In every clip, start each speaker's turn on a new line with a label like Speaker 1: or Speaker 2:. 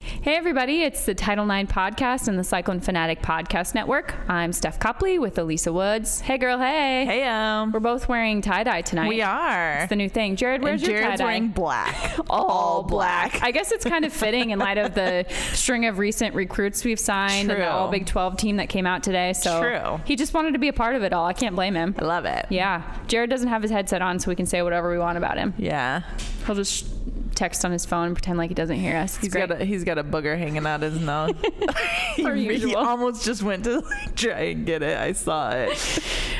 Speaker 1: Hey, everybody, it's the Title IX podcast and the Cyclone Fanatic Podcast Network. I'm Steph Copley with Elisa Woods. Hey, girl, hey.
Speaker 2: Hey, um,
Speaker 1: We're both wearing tie dye tonight.
Speaker 2: we are.
Speaker 1: It's the new thing. Jared, where's
Speaker 2: and
Speaker 1: your tie
Speaker 2: Jared's
Speaker 1: dye?
Speaker 2: wearing black, all black.
Speaker 1: I guess it's kind of fitting in light of the string of recent recruits we've signed and the
Speaker 2: True.
Speaker 1: All Big 12 team that came out today. So
Speaker 2: True.
Speaker 1: he just wanted to be a part of it all. I can't blame him.
Speaker 2: I love it.
Speaker 1: Yeah. Jared doesn't have his headset on, so we can say whatever we want about him.
Speaker 2: Yeah,
Speaker 1: He'll just text on his phone and pretend like he doesn't hear us. It's
Speaker 2: he's
Speaker 1: great.
Speaker 2: got a he's got a booger hanging out his nose. he,
Speaker 1: Per usual.
Speaker 2: he almost just went to like, try and get it. I saw it.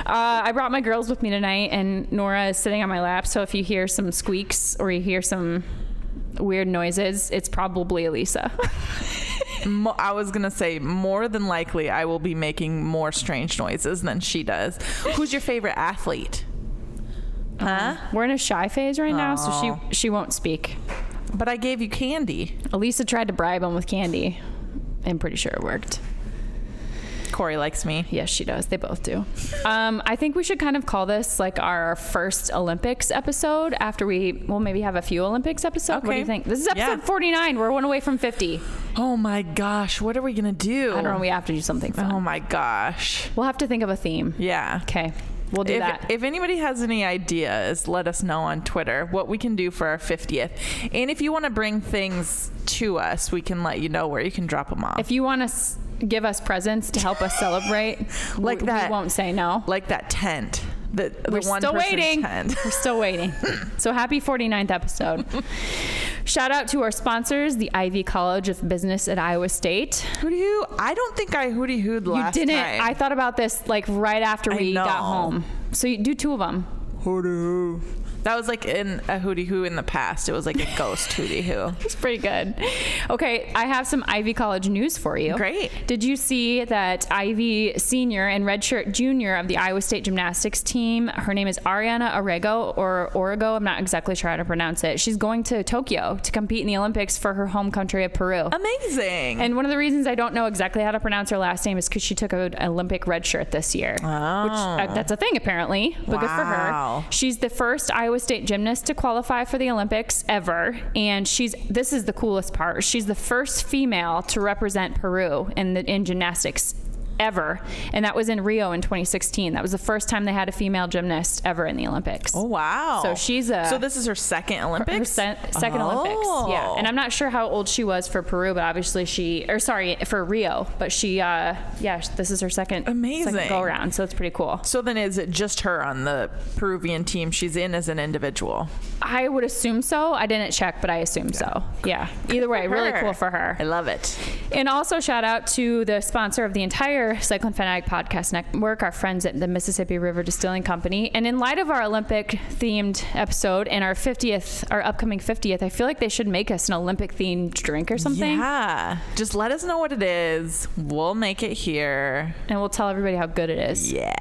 Speaker 1: Uh, I brought my girls with me tonight, and Nora is sitting on my lap. So if you hear some squeaks or you hear some weird noises, it's probably Elisa.
Speaker 2: Mo- I was gonna say more than likely I will be making more strange noises than she does. Who's your favorite athlete? Uh-huh. Huh?
Speaker 1: We're in a shy phase right now, so
Speaker 2: Aw.
Speaker 1: she she won't speak.
Speaker 2: But I gave you candy.
Speaker 1: Elisa tried to bribe him with candy. I'm pretty sure it worked.
Speaker 2: Corey likes me.
Speaker 1: Yes, she does. They both do. Um, I think we should kind of call this like our first Olympics episode after we, well, maybe have a few Olympics episode. What do
Speaker 2: Okay.
Speaker 1: you think? This is
Speaker 2: Yeah.
Speaker 1: episode 49. We're one away from 50.
Speaker 2: Oh my gosh, what are we gonna do?
Speaker 1: I don't know. We have to do something fun.
Speaker 2: Oh my gosh.
Speaker 1: We'll have to think of a theme.
Speaker 2: Yeah.
Speaker 1: Okay. We'll do
Speaker 2: if,
Speaker 1: that.
Speaker 2: if anybody has any ideas, let us know on Twitter what we can do for our 50th. And if you want to bring things to us, we can let you know where you can drop them off.
Speaker 1: if you want to give us presents to help us celebrate,
Speaker 2: Like
Speaker 1: we,
Speaker 2: that.
Speaker 1: we won't say no.
Speaker 2: like that tent. The, the
Speaker 1: We're
Speaker 2: one
Speaker 1: still
Speaker 2: person
Speaker 1: waiting.
Speaker 2: Tent.
Speaker 1: We're still waiting. So happy 49th episode. Shout out to our sponsors, the Ivy College of Business at Iowa State.
Speaker 2: Hootie hoo. I don't think I hootie hooed last
Speaker 1: you didn't.
Speaker 2: time.
Speaker 1: I thought about this like right after
Speaker 2: I
Speaker 1: we got
Speaker 2: know.
Speaker 1: home. So you do two of them.
Speaker 2: hootie hoo. That was like in a hootie hoo in the past. It was like a ghost hootie hoo.
Speaker 1: It's pretty good. Okay, I have some Ivy College news for you.
Speaker 2: Great.
Speaker 1: Did you see that Ivy senior and redshirt junior of the Iowa State gymnastics team? Her name is Ariana Orego or Orego. I'm not exactly sure how to pronounce it. She's going to Tokyo to compete in the Olympics for her home country of Peru.
Speaker 2: Amazing.
Speaker 1: And one of the reasons I don't know exactly how to pronounce her last name is because she took an Olympic red shirt this year. Which uh, that's a thing apparently, but good for her.
Speaker 2: Oh. Wow.
Speaker 1: She's the first Iowa State gymnast to qualify for the Olympics ever, and she's this is the coolest part. She's the first female to represent Peru in the in gymnastics ever, and that was in Rio in 2016. That was the first time they had a female gymnast ever in the Olympics.
Speaker 2: oh, wow.
Speaker 1: So she's a-
Speaker 2: So this is her second Olympics?
Speaker 1: Her se- second Olympics. Yeah.
Speaker 2: Oh.
Speaker 1: And I'm not sure how old she was for Peru, but obviously she, or sorry, for Rio, but she, uh, yeah, sh- this is her second,
Speaker 2: Amazing.
Speaker 1: second go around. So it's pretty cool.
Speaker 2: So then, is it just her on the Peruvian team she's in as an individual?
Speaker 1: I would assume so. I didn't check, but I assume so. Yeah. Either way, really
Speaker 2: Her.
Speaker 1: cool for her.
Speaker 2: I love it.
Speaker 1: And also shout out to the sponsor of the entire Cyclone Fanatic Podcast Network, our friends at the Mississippi River Distilling Company. And in light of our Olympic themed episode and our 50th, our upcoming 50th, I feel like they should make us an Olympic themed drink or something.
Speaker 2: Yeah. Just let us know what it is. We'll make it here.
Speaker 1: and we'll tell everybody how good it is.
Speaker 2: Yeah.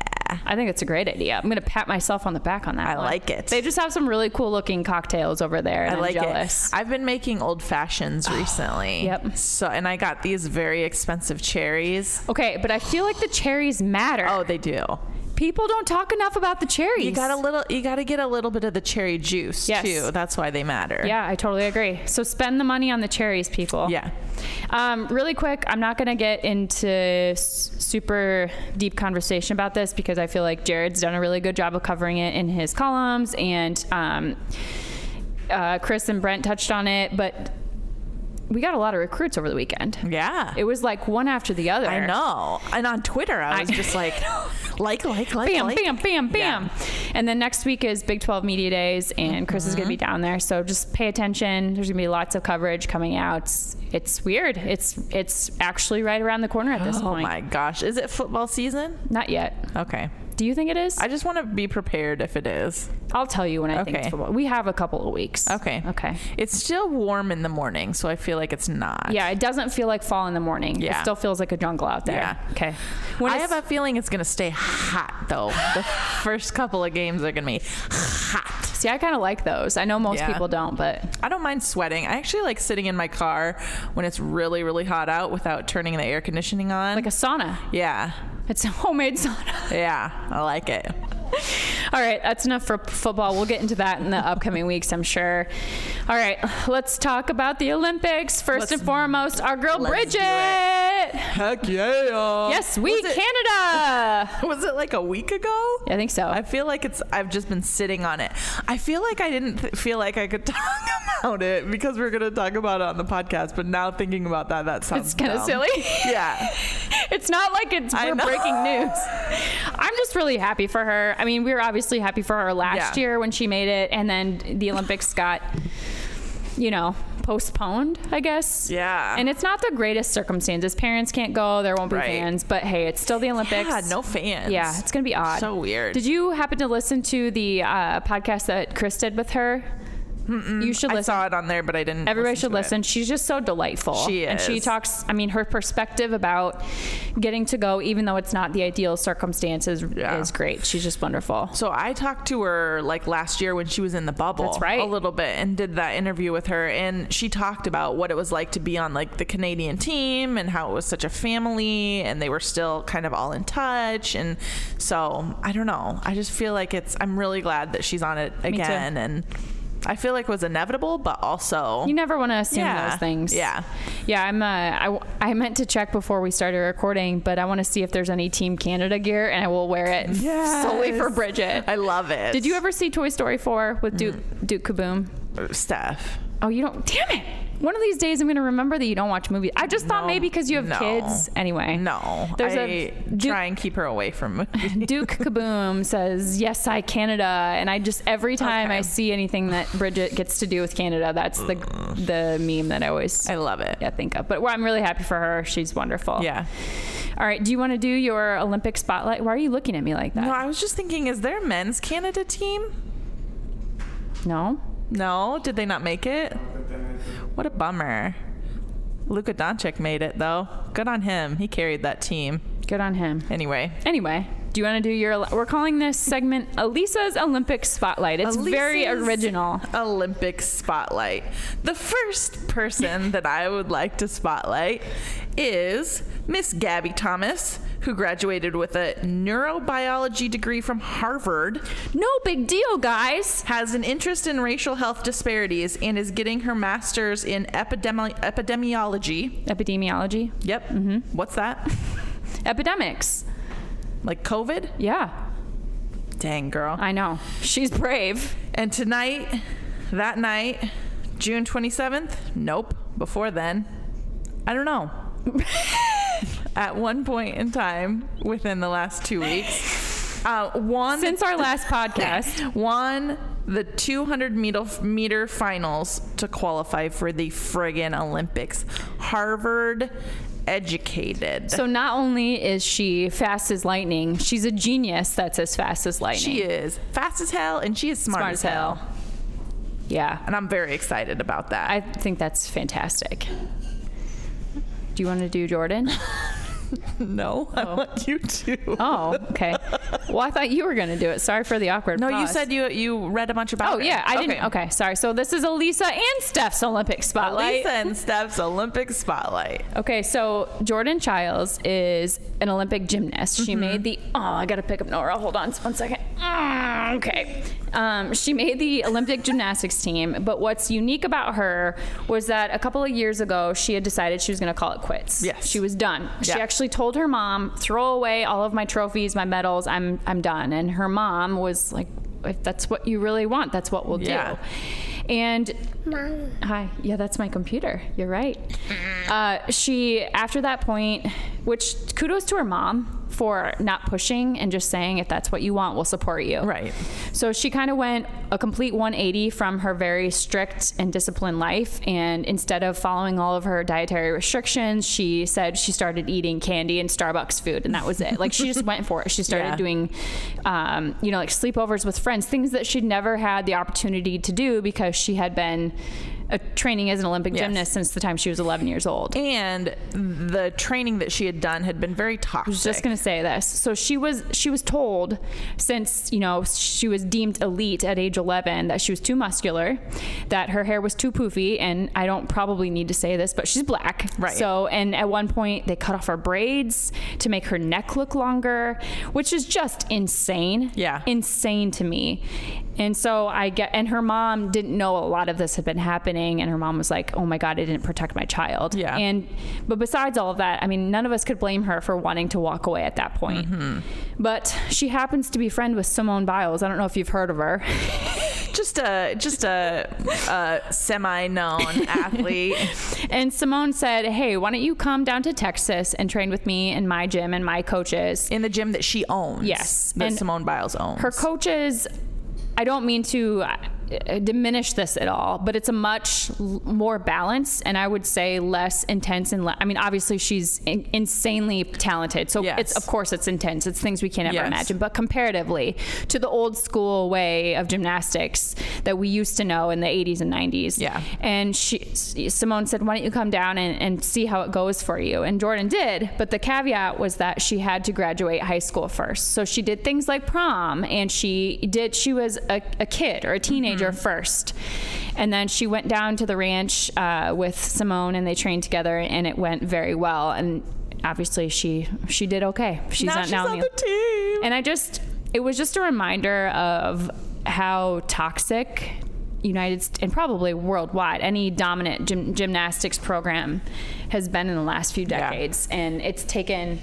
Speaker 1: I think it's a great idea. I'm going to pat myself on the back on that.
Speaker 2: I
Speaker 1: one.
Speaker 2: like it.
Speaker 1: They just have some really cool looking cocktails over there. And
Speaker 2: I
Speaker 1: I'm
Speaker 2: like
Speaker 1: jealous.
Speaker 2: it. I've been making old fashions recently.
Speaker 1: yep.
Speaker 2: So, and I got these very expensive cherries.
Speaker 1: Okay, but I feel like the cherries matter.
Speaker 2: Oh, they do.
Speaker 1: People don't talk enough about the cherries.
Speaker 2: You got a little. You got to get a little bit of the cherry juice
Speaker 1: Yes.
Speaker 2: too. That's why they matter.
Speaker 1: Yeah, I totally agree. So spend the money on the cherries, people.
Speaker 2: Yeah.
Speaker 1: Um, really quick, I'm not going to get into s- super deep conversation about this because I feel like Jared's done a really good job of covering it in his columns, and um, uh, Chris and Brent touched on it, but we got a lot of recruits over the weekend.
Speaker 2: Yeah.
Speaker 1: It was like one after the other.
Speaker 2: I know. And on Twitter, I
Speaker 1: I-
Speaker 2: was just like, like, like, like,
Speaker 1: Bam,
Speaker 2: like.
Speaker 1: bam, bam, bam.
Speaker 2: Yeah.
Speaker 1: And then next week is Big 12 Media Days, and Chris is going to
Speaker 2: Mm-hmm.
Speaker 1: be down there. So just pay attention. There's going to be lots of coverage coming out. It's, it's weird. It's it's actually right around the corner at this
Speaker 2: Oh
Speaker 1: point.
Speaker 2: my gosh. Is it football season?
Speaker 1: Not yet.
Speaker 2: Okay.
Speaker 1: Do you think it is?
Speaker 2: I just want to be prepared if it is.
Speaker 1: I'll tell you when I think it's
Speaker 2: Okay.
Speaker 1: football. We have a couple of weeks.
Speaker 2: Okay.
Speaker 1: Okay.
Speaker 2: It's still warm in the morning, so I feel like it's not.
Speaker 1: Yeah, it doesn't feel like fall in the morning.
Speaker 2: Yeah.
Speaker 1: It still feels like a jungle out there.
Speaker 2: Yeah.
Speaker 1: Okay.
Speaker 2: I
Speaker 1: is-
Speaker 2: have a feeling it's going to stay hot, though. The first couple of games are going to be hot.
Speaker 1: See, I kind of like those. I know most
Speaker 2: Yeah.
Speaker 1: people don't, but
Speaker 2: I don't mind sweating. I actually like sitting in my car when it's really, really hot out without turning the air conditioning on.
Speaker 1: like a sauna.
Speaker 2: yeah.
Speaker 1: It's a homemade sauna.
Speaker 2: Yeah. I like it.
Speaker 1: All right, that's enough for p- football. We'll get into that in the upcoming weeks, I'm sure. All right, let's talk about the Olympics. 1st
Speaker 2: Let's-
Speaker 1: and foremost, our girl
Speaker 2: let's
Speaker 1: Bridget.
Speaker 2: do it. Heck yeah.
Speaker 1: Yes, we
Speaker 2: was
Speaker 1: Canada.
Speaker 2: it, Was it like a week ago?
Speaker 1: Yeah, I think so.
Speaker 2: I feel like it's. I've just been sitting on it. I feel like I didn't th- feel like I could talk about it because we're gonna talk about it on the podcast. But now thinking about that, that sounds
Speaker 1: it's kind of
Speaker 2: dumb.
Speaker 1: silly.
Speaker 2: Yeah,
Speaker 1: it's not like it's
Speaker 2: I
Speaker 1: we're
Speaker 2: know.
Speaker 1: breaking news. I'm just really happy for her. I mean, we were obviously happy for her last
Speaker 2: Yeah.
Speaker 1: year when she made it, and then the Olympics got, you know, postponed. I guess.
Speaker 2: Yeah.
Speaker 1: And it's not the greatest circumstances. Parents can't go. There won't be
Speaker 2: Right.
Speaker 1: fans. But hey, it's still the Olympics.
Speaker 2: yeah, no fans.
Speaker 1: Yeah, it's gonna be odd.
Speaker 2: So weird.
Speaker 1: Did you happen to listen to the uh, podcast that Chris did with her? You should
Speaker 2: I
Speaker 1: listen.
Speaker 2: saw it on there, but I didn't.
Speaker 1: Everybody should
Speaker 2: to it.
Speaker 1: listen. She's just so delightful.
Speaker 2: She
Speaker 1: And she
Speaker 2: is.
Speaker 1: talks, I mean, her perspective about getting to go, even though it's not the ideal circumstances,
Speaker 2: Yeah.
Speaker 1: is great. She's just wonderful.
Speaker 2: So I talked to her like last year when she was in the bubble.
Speaker 1: That's right.
Speaker 2: A little bit and did that interview with her and she talked about what it was like to be on like the Canadian team and how it was such a family and they were still kind of all in touch and so I don't know. I just feel like it's I'm really glad that she's on it
Speaker 1: too.
Speaker 2: again and I feel like it was inevitable but also
Speaker 1: You never want to assume
Speaker 2: Yeah.
Speaker 1: those things.
Speaker 2: Yeah.
Speaker 1: Yeah, I'm uh, I, w- I meant to check before we started recording, but I want to see if there's any Team Canada gear and I will wear it solely for
Speaker 2: Yes.
Speaker 1: Bridget.
Speaker 2: I Mm-hmm. love it.
Speaker 1: Did you ever see Toy Story 4 with Duke Duke Kaboom?
Speaker 2: ever Steph?
Speaker 1: Oh, you don't. Damn it. One of these days, I'm going to remember that you don't watch movies. I just thought
Speaker 2: No.
Speaker 1: maybe because you have
Speaker 2: No.
Speaker 1: kids. Anyway.
Speaker 2: No.
Speaker 1: There's
Speaker 2: I
Speaker 1: a Duke-
Speaker 2: try and keep her away from
Speaker 1: Duke Kaboom says, Yes, I Canada. And I just, every time
Speaker 2: Okay.
Speaker 1: I see anything that Bridget gets to do with Canada, that's the the meme that I always
Speaker 2: I love it.
Speaker 1: yeah, think of. But well, I'm really happy for her. She's wonderful.
Speaker 2: Yeah.
Speaker 1: All right. Do you want to do your Olympic spotlight? Why are you looking at me like
Speaker 2: No,
Speaker 1: that?
Speaker 2: I was just thinking, is there a men's Canada team?
Speaker 1: No.
Speaker 2: No, did they not make it? What a bummer. Luka Doncic made it though. Good on him. He carried that team.
Speaker 1: Good on him.
Speaker 2: Anyway,
Speaker 1: Anyway, do you want to do your? We're calling this segment Elisa's Olympic Spotlight. It's very
Speaker 2: Elise's
Speaker 1: original.
Speaker 2: Olympic spotlight. The first person that I would like to spotlight is Miss Gabby Thomas, who graduated with a neurobiology degree from Harvard.
Speaker 1: No big deal, guys.
Speaker 2: has an interest in racial health disparities and is getting her master's in epidemi- epidemiology.
Speaker 1: Epidemiology,
Speaker 2: Yep.
Speaker 1: Mm-hmm.
Speaker 2: What's that?
Speaker 1: epidemics.
Speaker 2: Like COVID?
Speaker 1: Yeah,
Speaker 2: Dang, girl.
Speaker 1: I know. She's brave.
Speaker 2: And tonight, that night, June 27th? Nope. Before then, I don't know. At one point in time within the last two weeks, uh, Juan
Speaker 1: Since our last podcast,
Speaker 2: won the 200 meter, meter finals to qualify for the friggin' Olympics. Harvard educated.
Speaker 1: so not only is she fast as lightning, she's a genius that's as fast as lightning.
Speaker 2: she is fast as hell and she is smart,
Speaker 1: Smart as hell. Yeah,
Speaker 2: And I'm very excited about that.
Speaker 1: I think that's fantastic. Do you want to do Jordan?
Speaker 2: no, I want you to.
Speaker 1: Oh, okay. Well, I thought you were going to do it. Sorry for the awkward
Speaker 2: No, you
Speaker 1: pause.
Speaker 2: said you you read a bunch about
Speaker 1: Oh
Speaker 2: her.
Speaker 1: yeah, I didn't. Okay, sorry. So this is Elisa and Steph's Olympic spotlight.
Speaker 2: Lisa and Steph's Olympic Spotlight.
Speaker 1: Okay, so Jordan Childs is an Olympic gymnast.
Speaker 2: Mm-hmm.
Speaker 1: She made the oh, I gotta pick up Nora. Hold on, just one second. Ah, okay, um, she made the Olympic gymnastics team. But what's unique about her was that a couple of years ago she had decided she was gonna call it quits.
Speaker 2: Yes.
Speaker 1: she was done. She
Speaker 2: Yeah.
Speaker 1: actually told her mom, "Throw away all of my trophies, my medals. I'm I'm done." And her mom was like, "If that's what you really want, that's what we'll
Speaker 2: Yeah.
Speaker 1: do." And Hi. Yeah, that's my computer. You're right. Uh, she, after that point, which kudos to her mom for not pushing and just saying, if that's what you want, we'll support you.
Speaker 2: Right.
Speaker 1: So she kind of went a complete 180 from her very strict and disciplined life. And instead of following all of her dietary restrictions, she said she started eating candy and Starbucks food, and that was it. Like she just went for it. She started
Speaker 2: Yeah.
Speaker 1: doing, um, you know, like sleepovers with friends, things that she'd never had the opportunity to do because she had been uh training as an Olympic
Speaker 2: Yes.
Speaker 1: gymnast since the time she was 11 years old.
Speaker 2: And the training that she had done had been very toxic.
Speaker 1: just gonna say this. So she was she was told since, you know, she was deemed elite at age 11 that she was too muscular, that her hair was too poofy and I don't probably need to say this, but she's black.
Speaker 2: Right.
Speaker 1: So, and at one point they cut off her braids to make her neck look longer, which is just insane.
Speaker 2: Yeah.
Speaker 1: Insane to me. And so I get and her mom didn't know a lot of this had been happening and her mom was like, "Oh my god, I didn't protect my child."
Speaker 2: Yeah.
Speaker 1: And but besides all of that, I mean, none of us could blame her for wanting to walk away at that point. But she happens to be friend with Simone Biles. I don't know if you've heard of her.
Speaker 2: Just a just a, a semi-known athlete.
Speaker 1: And Simone said, "Hey, why don't you come down to Texas and train with me in my gym and my coaches?"
Speaker 2: in the gym that she owns.
Speaker 1: Yes,
Speaker 2: that
Speaker 1: and
Speaker 2: Simone Biles owns.
Speaker 1: Her coaches, I don't mean to uh, diminish this at all, but it's a much l- more balanced and I would say less intense and le- I mean obviously she's in- insanely talented. So
Speaker 2: Yes.
Speaker 1: it's of course it's intense. It's things we can't ever
Speaker 2: Yes.
Speaker 1: imagine, but comparatively to the old school way of gymnastics that we used to know in the 80s and 90s.
Speaker 2: Yeah.
Speaker 1: And she Simone said, "Why don't you come down and, and see how it goes for you?" And Jordan did, but the caveat was that she had to graduate high school first. So she did things like prom, and she did. She was a, a kid or a teenager
Speaker 2: Mm-hmm.
Speaker 1: first, and then she went down to the ranch uh, with Simone, and they trained together, and it went very well. And obviously, she she did okay. She's
Speaker 2: now
Speaker 1: not
Speaker 2: she's
Speaker 1: now in
Speaker 2: on
Speaker 1: the-
Speaker 2: the team.
Speaker 1: and I just, it was just a reminder of how toxic United St- and probably worldwide any dominant gym, gymnastics program has been in the last few
Speaker 2: Yeah.
Speaker 1: decades. And it's taken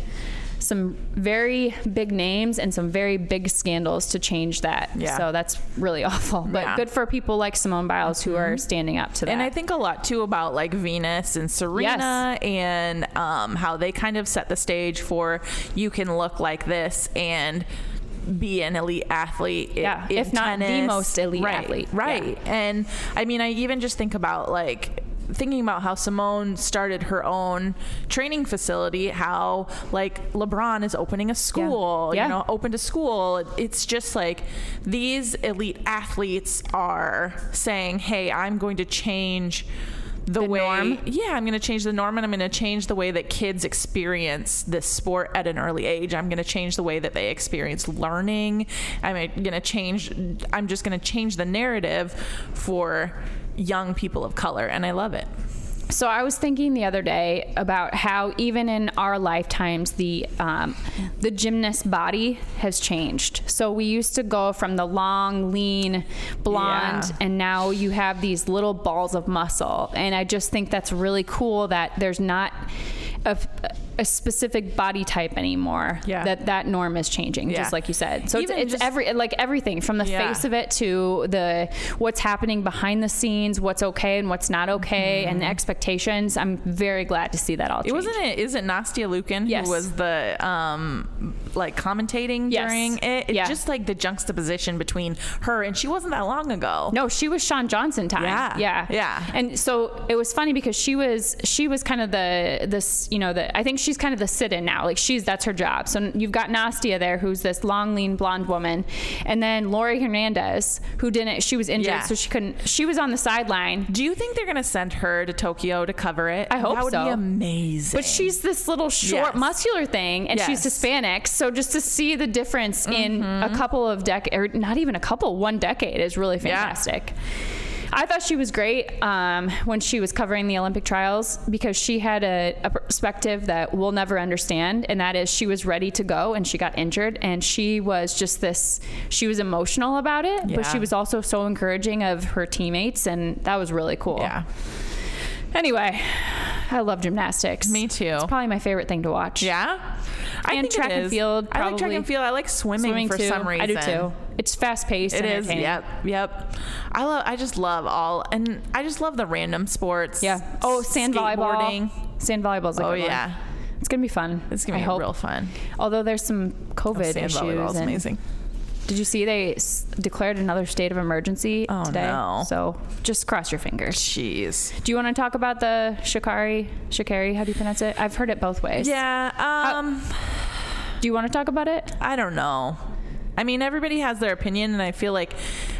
Speaker 1: some very big names and some very big scandals to change that.
Speaker 2: Yeah.
Speaker 1: So that's really awful. But
Speaker 2: Yeah. Mm-hmm.
Speaker 1: good for people like Simone Biles who are standing up to that.
Speaker 2: And I think a lot too about like Venus and Serena and um, how they kind of set the stage for you can look like this and be an elite athlete. i-
Speaker 1: Yeah,
Speaker 2: in
Speaker 1: if not the
Speaker 2: tennis.
Speaker 1: most elite
Speaker 2: Right,
Speaker 1: athlete.
Speaker 2: Right. And I mean, I even just think about like thinking about how Simone started her own training facility, how like LeBron is opening a school,
Speaker 1: Yeah.
Speaker 2: you know, open to school. It's just like these elite athletes are saying, "Hey, I'm going to change the, way
Speaker 1: norm?
Speaker 2: yeah, I'm going to change the norm and I'm going to change the way that kids experience this sport at an early age. I'm going to change the way that they experience learning. I'm going to change I'm just going to change the narrative for young people of color and I love it.
Speaker 1: So I was thinking the other day about how even in our lifetimes the um, the gymnast body has changed. So we used to go from the long, lean, blonde,
Speaker 2: Yeah.
Speaker 1: and now you have these little balls of muscle. And I just think that's really cool that there's not a, a specific body type anymore.
Speaker 2: Yeah.
Speaker 1: That that norm is changing,
Speaker 2: Yeah.
Speaker 1: just like you said. So
Speaker 2: Even
Speaker 1: it's, it's
Speaker 2: just-
Speaker 1: every like everything from the
Speaker 2: Yeah.
Speaker 1: face of it to the what's happening behind the scenes, what's okay and what's not okay, and the expectations. I'm very glad to see that all.
Speaker 2: Mm-hmm. It wasn't it is it Nastia Lukin
Speaker 1: Yes.
Speaker 2: who was the um like commentating
Speaker 1: Yes.
Speaker 2: during it? It's
Speaker 1: Yeah.
Speaker 2: just like the juxtaposition between her and she wasn't that long ago.
Speaker 1: No, she was Sean Johnson time.
Speaker 2: Yeah.
Speaker 1: yeah,
Speaker 2: Yeah.
Speaker 1: And so it was funny because she was she was kind of the this you know the I think she's kind of the sit-in now. Like she's that's her job. So you've got Nastia there, who's this long, lean, blonde woman, and then Lori Hernandez, who didn't. She was injured,
Speaker 2: Yeah.
Speaker 1: so she couldn't. She was on the sideline.
Speaker 2: Do you think they're gonna send her to Tokyo to cover it?
Speaker 1: I hope
Speaker 2: that would
Speaker 1: so.
Speaker 2: be amazing.
Speaker 1: But she's this little short,
Speaker 2: Yes.
Speaker 1: muscular thing, and she's
Speaker 2: Yes. Mm-hmm.
Speaker 1: Hispanic. So just to see the difference in a couple of decades, or not even a couple, one decade is really fantastic. I thought she was great um, when she was covering the Olympic trials because she had a, a perspective that we'll never understand, and that is she was ready to go and she got injured, and she was just this. She was emotional about it, but she
Speaker 2: Yeah.
Speaker 1: was also so encouraging of her teammates, and that was really cool.
Speaker 2: yeah,
Speaker 1: Anyway, I love gymnastics.
Speaker 2: me too.
Speaker 1: It's probably my favorite thing to watch.
Speaker 2: Yeah, I
Speaker 1: And
Speaker 2: think it
Speaker 1: track and
Speaker 2: is.
Speaker 1: field,
Speaker 2: I like track
Speaker 1: probably.
Speaker 2: and field. I like swimming,
Speaker 1: Swimming
Speaker 2: for
Speaker 1: too.
Speaker 2: some reason.
Speaker 1: I do too. It's fast paced.
Speaker 2: It is. Yep. Yep. I love. I just love all, and I just love the random sports.
Speaker 1: Yeah. Oh, sand volleyball.
Speaker 2: Skateboarding.
Speaker 1: Sand volleyball's a
Speaker 2: Oh
Speaker 1: good one.
Speaker 2: yeah,
Speaker 1: It's gonna be fun.
Speaker 2: it's gonna
Speaker 1: I
Speaker 2: be
Speaker 1: hope.
Speaker 2: real fun.
Speaker 1: Although there's some COVID
Speaker 2: Sand
Speaker 1: issues.
Speaker 2: volleyball is
Speaker 1: and-
Speaker 2: amazing.
Speaker 1: Did you see they s- declared another state of emergency
Speaker 2: Oh,
Speaker 1: today?
Speaker 2: no.
Speaker 1: So just cross your fingers.
Speaker 2: Jeez.
Speaker 1: Do you want to talk about the Shikari? Shikari? How do you pronounce it? I've heard it both ways.
Speaker 2: Yeah. Um.
Speaker 1: Do you want to talk about it?
Speaker 2: I don't know. I mean, everybody has their opinion, and I feel like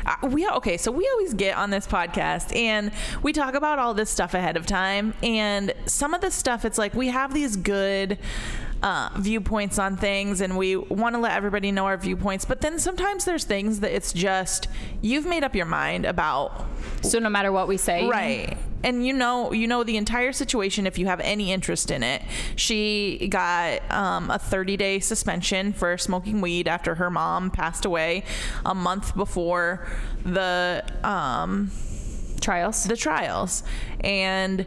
Speaker 2: uh, we okay. So we always get on this podcast, and we talk about all this stuff ahead of time. And some of the stuff, it's like we have these good uh, viewpoints on things, and we want to let everybody know our viewpoints. But then sometimes there's things that it's just you've made up your mind about
Speaker 1: So no matter what we say,
Speaker 2: right and you know you know the entire situation if you have any interest in it she got um, a 30 day suspension for smoking weed after her mom passed away a month before the um,
Speaker 1: trials.
Speaker 2: the trials and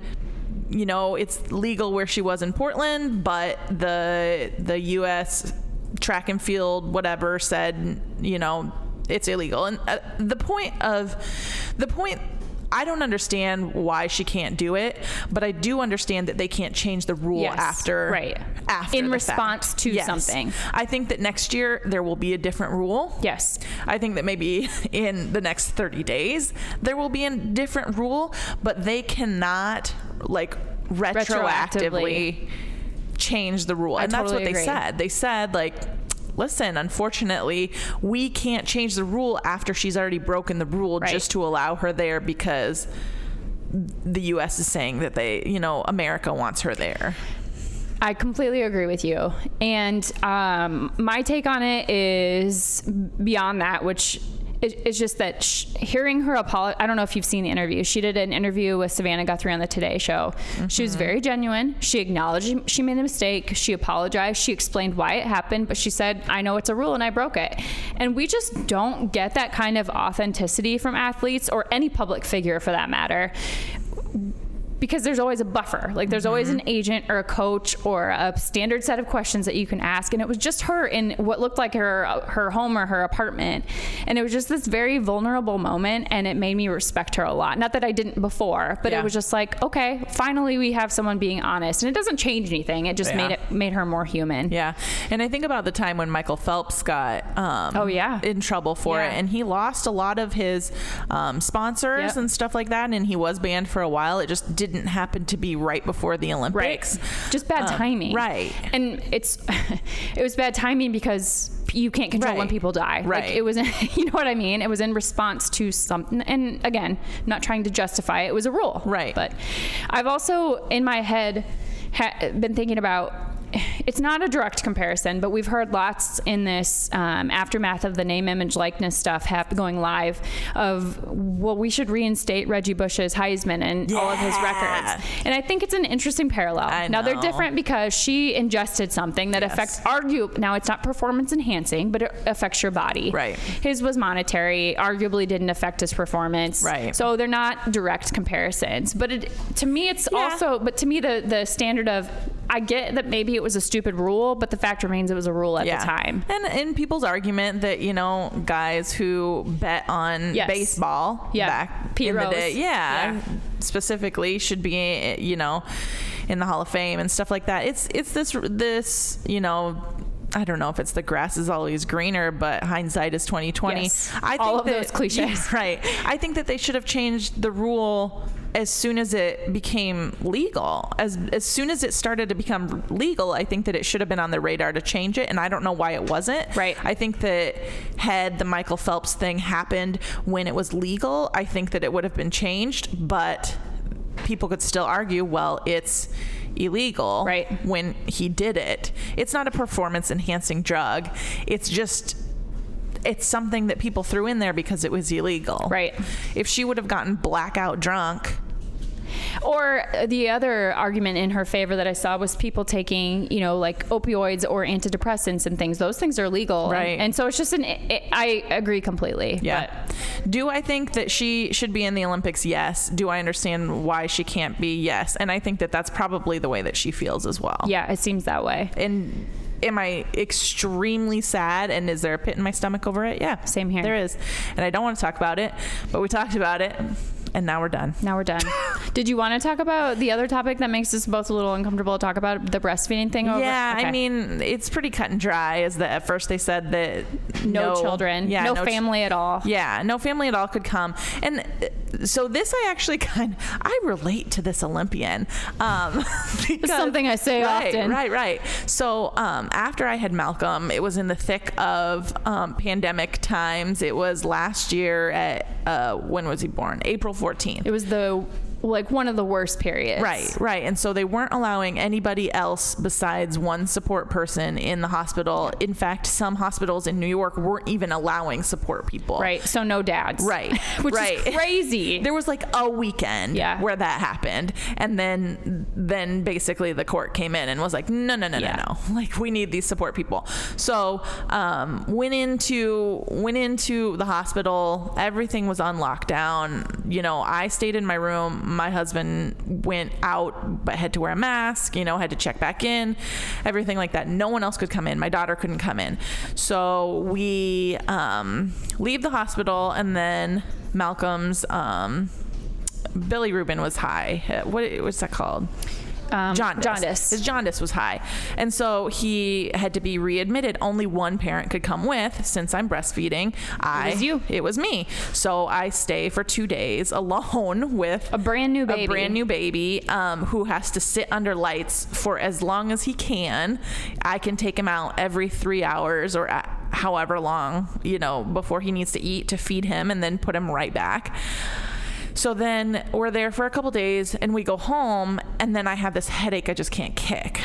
Speaker 2: you know it's legal where she was in Portland but the the US track and field whatever said you know it's illegal and uh, the point of the point I don't understand why she can't do it, but I do understand that they can't change the rule
Speaker 1: Yes,
Speaker 2: after
Speaker 1: right.
Speaker 2: after
Speaker 1: In
Speaker 2: the
Speaker 1: response
Speaker 2: fact.
Speaker 1: to something.
Speaker 2: I think that next year there will be a different rule.
Speaker 1: yes.
Speaker 2: I think that maybe in the next 30 days there will be a different rule, but they cannot like retroactively,
Speaker 1: Retroactively.
Speaker 2: change the rule.
Speaker 1: I
Speaker 2: and that's what
Speaker 1: totally
Speaker 2: they
Speaker 1: agree.
Speaker 2: said. They said like listen, unfortunately, we can't change the rule after she's already broken the rule
Speaker 1: Right.
Speaker 2: just to allow her there because the US is saying that they, you know, America wants her there.
Speaker 1: I completely agree with you. And um, my take on it is beyond that, which it, it's just that sh- hearing her apologize. I don't know if you've seen the interview. She did an interview with Savannah Guthrie on the Today Show. She was very genuine. She acknowledged she made a mistake. She apologized. She explained why it happened, but she said, I know it's a rule and I broke it. And we just don't get that kind of authenticity from athletes or any public figure for that matter because there's always a buffer. Like there's always
Speaker 2: Mm-hmm.
Speaker 1: an agent or a coach or a standard set of questions that you can ask. And it was just her in what looked like her her home or her apartment, and it was just this very vulnerable moment. And it made me respect her a lot. Not that I didn't before, but
Speaker 2: Yeah.
Speaker 1: it was just like, okay, finally we have someone being honest, and it doesn't change anything. It just
Speaker 2: Yeah.
Speaker 1: made it made her more human.
Speaker 2: Yeah, and I think about the time when Michael Phelps got um,
Speaker 1: Oh, yeah.
Speaker 2: in trouble for
Speaker 1: Yeah.
Speaker 2: it, and he lost a lot of his um, sponsors
Speaker 1: Yep.
Speaker 2: and stuff like that, and he was banned for a while. It just didn't happen to be right before the Olympics.
Speaker 1: Just bad
Speaker 2: Um,
Speaker 1: timing.
Speaker 2: right.
Speaker 1: And it's it was bad timing because you can't control when
Speaker 2: Right.
Speaker 1: people die.
Speaker 2: Right.
Speaker 1: Like it was you know what I mean? It was in response to something and again, not trying to justify it, it was a rule.
Speaker 2: Right.
Speaker 1: But I've also in my head ha- been thinking about it's not a direct comparison, but we've heard lots in this um, aftermath of the name, image, likeness stuff hap- going live of, well, we should reinstate Reggie Bush's Heisman and all of his
Speaker 2: Yeah.
Speaker 1: records. And I think it's an interesting parallel.
Speaker 2: I
Speaker 1: Now
Speaker 2: know.
Speaker 1: they're different because she ingested something that
Speaker 2: Yes.
Speaker 1: affects argue. Now it's not performance enhancing, but it affects your body.
Speaker 2: Right.
Speaker 1: His was monetary, arguably didn't affect his performance.
Speaker 2: Right.
Speaker 1: So they're not direct comparisons, but it, to me it's
Speaker 2: Yeah.
Speaker 1: also but to me the the standard of I get that maybe it was a stupid rule, but the fact remains it was a rule at the time.
Speaker 2: and in people's argument that you know guys who bet on
Speaker 1: Yes.
Speaker 2: baseball
Speaker 1: Yeah.
Speaker 2: back
Speaker 1: Pete
Speaker 2: in the
Speaker 1: Rose.
Speaker 2: day, yeah,
Speaker 1: Yeah.
Speaker 2: specifically should be you know in the Hall of Fame and stuff like that. It's it's this this you know. I don't know if it's the grass is always greener, but hindsight is twenty twenty.
Speaker 1: Yes.
Speaker 2: I think
Speaker 1: All of
Speaker 2: that,
Speaker 1: those cliches.
Speaker 2: Yeah, right. I think that they should have changed the rule as soon as it became legal. As as soon as it started to become legal, I think that it should have been on the radar to change it, and I don't know why it wasn't.
Speaker 1: Right.
Speaker 2: I think that had the Michael Phelps thing happened when it was legal, I think that it would have been changed, but people could still argue, well, it's illegal
Speaker 1: Right.
Speaker 2: when he did it. It's not a performance enhancing drug. It's just it's something that people threw in there because it was illegal.
Speaker 1: Right.
Speaker 2: If she would have gotten blackout drunk,
Speaker 1: Or the other argument in her favor that I saw was people taking, you know, like opioids or antidepressants and things. Those things are legal,
Speaker 2: Right.
Speaker 1: And, and so it's just an. It, I agree completely.
Speaker 2: yeah. Do I think that she should be in the Olympics? Yes. Do I understand why she can't be? Yes. And I think that that's probably the way that she feels as well.
Speaker 1: But yeah, it seems that way.
Speaker 2: And am I extremely sad? And is there a pit in my stomach over it? Yeah.
Speaker 1: Same here.
Speaker 2: There is. And I don't want to talk about it, but we talked about it, and now we're done.
Speaker 1: Now we're done. Did you want to talk about the other topic that makes us both a little uncomfortable to talk about the breastfeeding thing? Over?
Speaker 2: Yeah, I
Speaker 1: Oh, Okay.
Speaker 2: mean, it's pretty cut and dry. Is that at first they said that
Speaker 1: no, children,
Speaker 2: yeah,
Speaker 1: no,
Speaker 2: ch-
Speaker 1: family at all.
Speaker 2: Yeah, no family at all could come. And uh, so this I actually kind I relate to this Olympian. Um, because-
Speaker 1: something I say
Speaker 2: right,
Speaker 1: often.
Speaker 2: Right, right. So um, after I had Malcolm, it was in the thick of um, pandemic times. It was last year at, uh, when was he born? April 14th.
Speaker 1: It was the like one of the worst periods.
Speaker 2: Right, right. And so they weren't allowing anybody else besides one support person in the hospital. In fact, some hospitals in New York weren't even allowing support people.
Speaker 1: Right. So no dads.
Speaker 2: Right,
Speaker 1: Which
Speaker 2: right.
Speaker 1: is crazy.
Speaker 2: There was like a weekend
Speaker 1: Yeah.
Speaker 2: where that happened. And then then basically the court came in and was like, no, no, no,
Speaker 1: Yeah.
Speaker 2: no, no. Like we need these support people. So um, went into went into the hospital. Everything was on lockdown. You know, I stayed in my room. My husband went out but had to wear a mask, you know, had to check back in, everything like that. No one else could come in. My daughter couldn't come in. So we um, leave the hospital and then Malcolm's um, Billy Rubin was high. Uh, What what's that called?
Speaker 1: Um,
Speaker 2: jaundice.
Speaker 1: jaundice.
Speaker 2: His jaundice was high, and so he had to be readmitted. Only one parent could come with. Since I'm breastfeeding, I
Speaker 1: was you.
Speaker 2: It was me. So I stay for two days alone with
Speaker 1: A brand new baby.
Speaker 2: a brand new baby um, who has to sit under lights for as long as he can. I can take him out every three hours or a however long, you know, before he needs to eat to feed him and then put him right back. So then we're there for a couple days and we go home, and then I have this headache I just can't kick.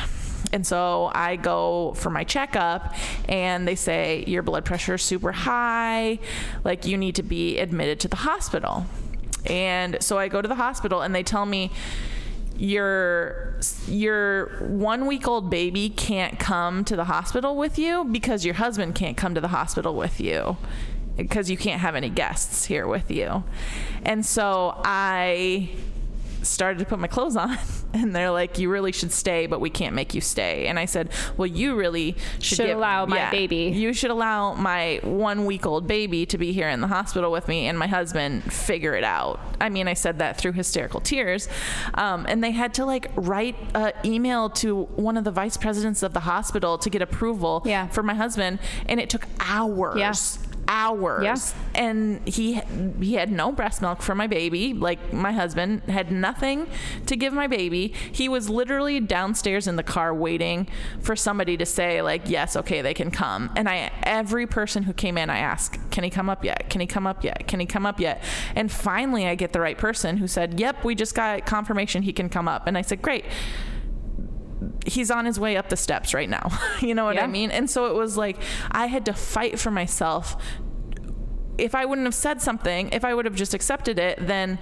Speaker 2: And so I go for my checkup, and they say, Your blood pressure is super high. Like, you need to be admitted to the hospital. And so I go to the hospital and they tell me your your 1 week old baby can't come to the hospital with you because your husband can't come to the hospital with you because you can't have any guests here with you. And so I started to put my clothes on and they're like you really should stay but we can't make you stay and i said well you really should,
Speaker 1: Should
Speaker 2: give-
Speaker 1: allow my baby.
Speaker 2: you should allow my one week old baby to be here in the hospital with me and my husband figure it out. I mean, I said that through hysterical tears. Um, and they had to like write an email to one of the vice presidents of the hospital to get approval
Speaker 1: Yeah.
Speaker 2: for my husband. And it took hours.
Speaker 1: Yeah.
Speaker 2: Hours
Speaker 1: Yeah.
Speaker 2: and he he had no breast milk for my baby like my husband had nothing to give my baby he was literally downstairs in the car waiting for somebody to say like yes okay they can come and i every person who came in i asked can he come up yet can he come up yet can he come up yet and finally i get the right person who said yep we just got confirmation he can come up and i said great he's on his way up the steps right now. you know what
Speaker 1: Yeah.
Speaker 2: I mean? And so it was like I had to fight for myself. If I wouldn't have said something, if I would have just accepted it, then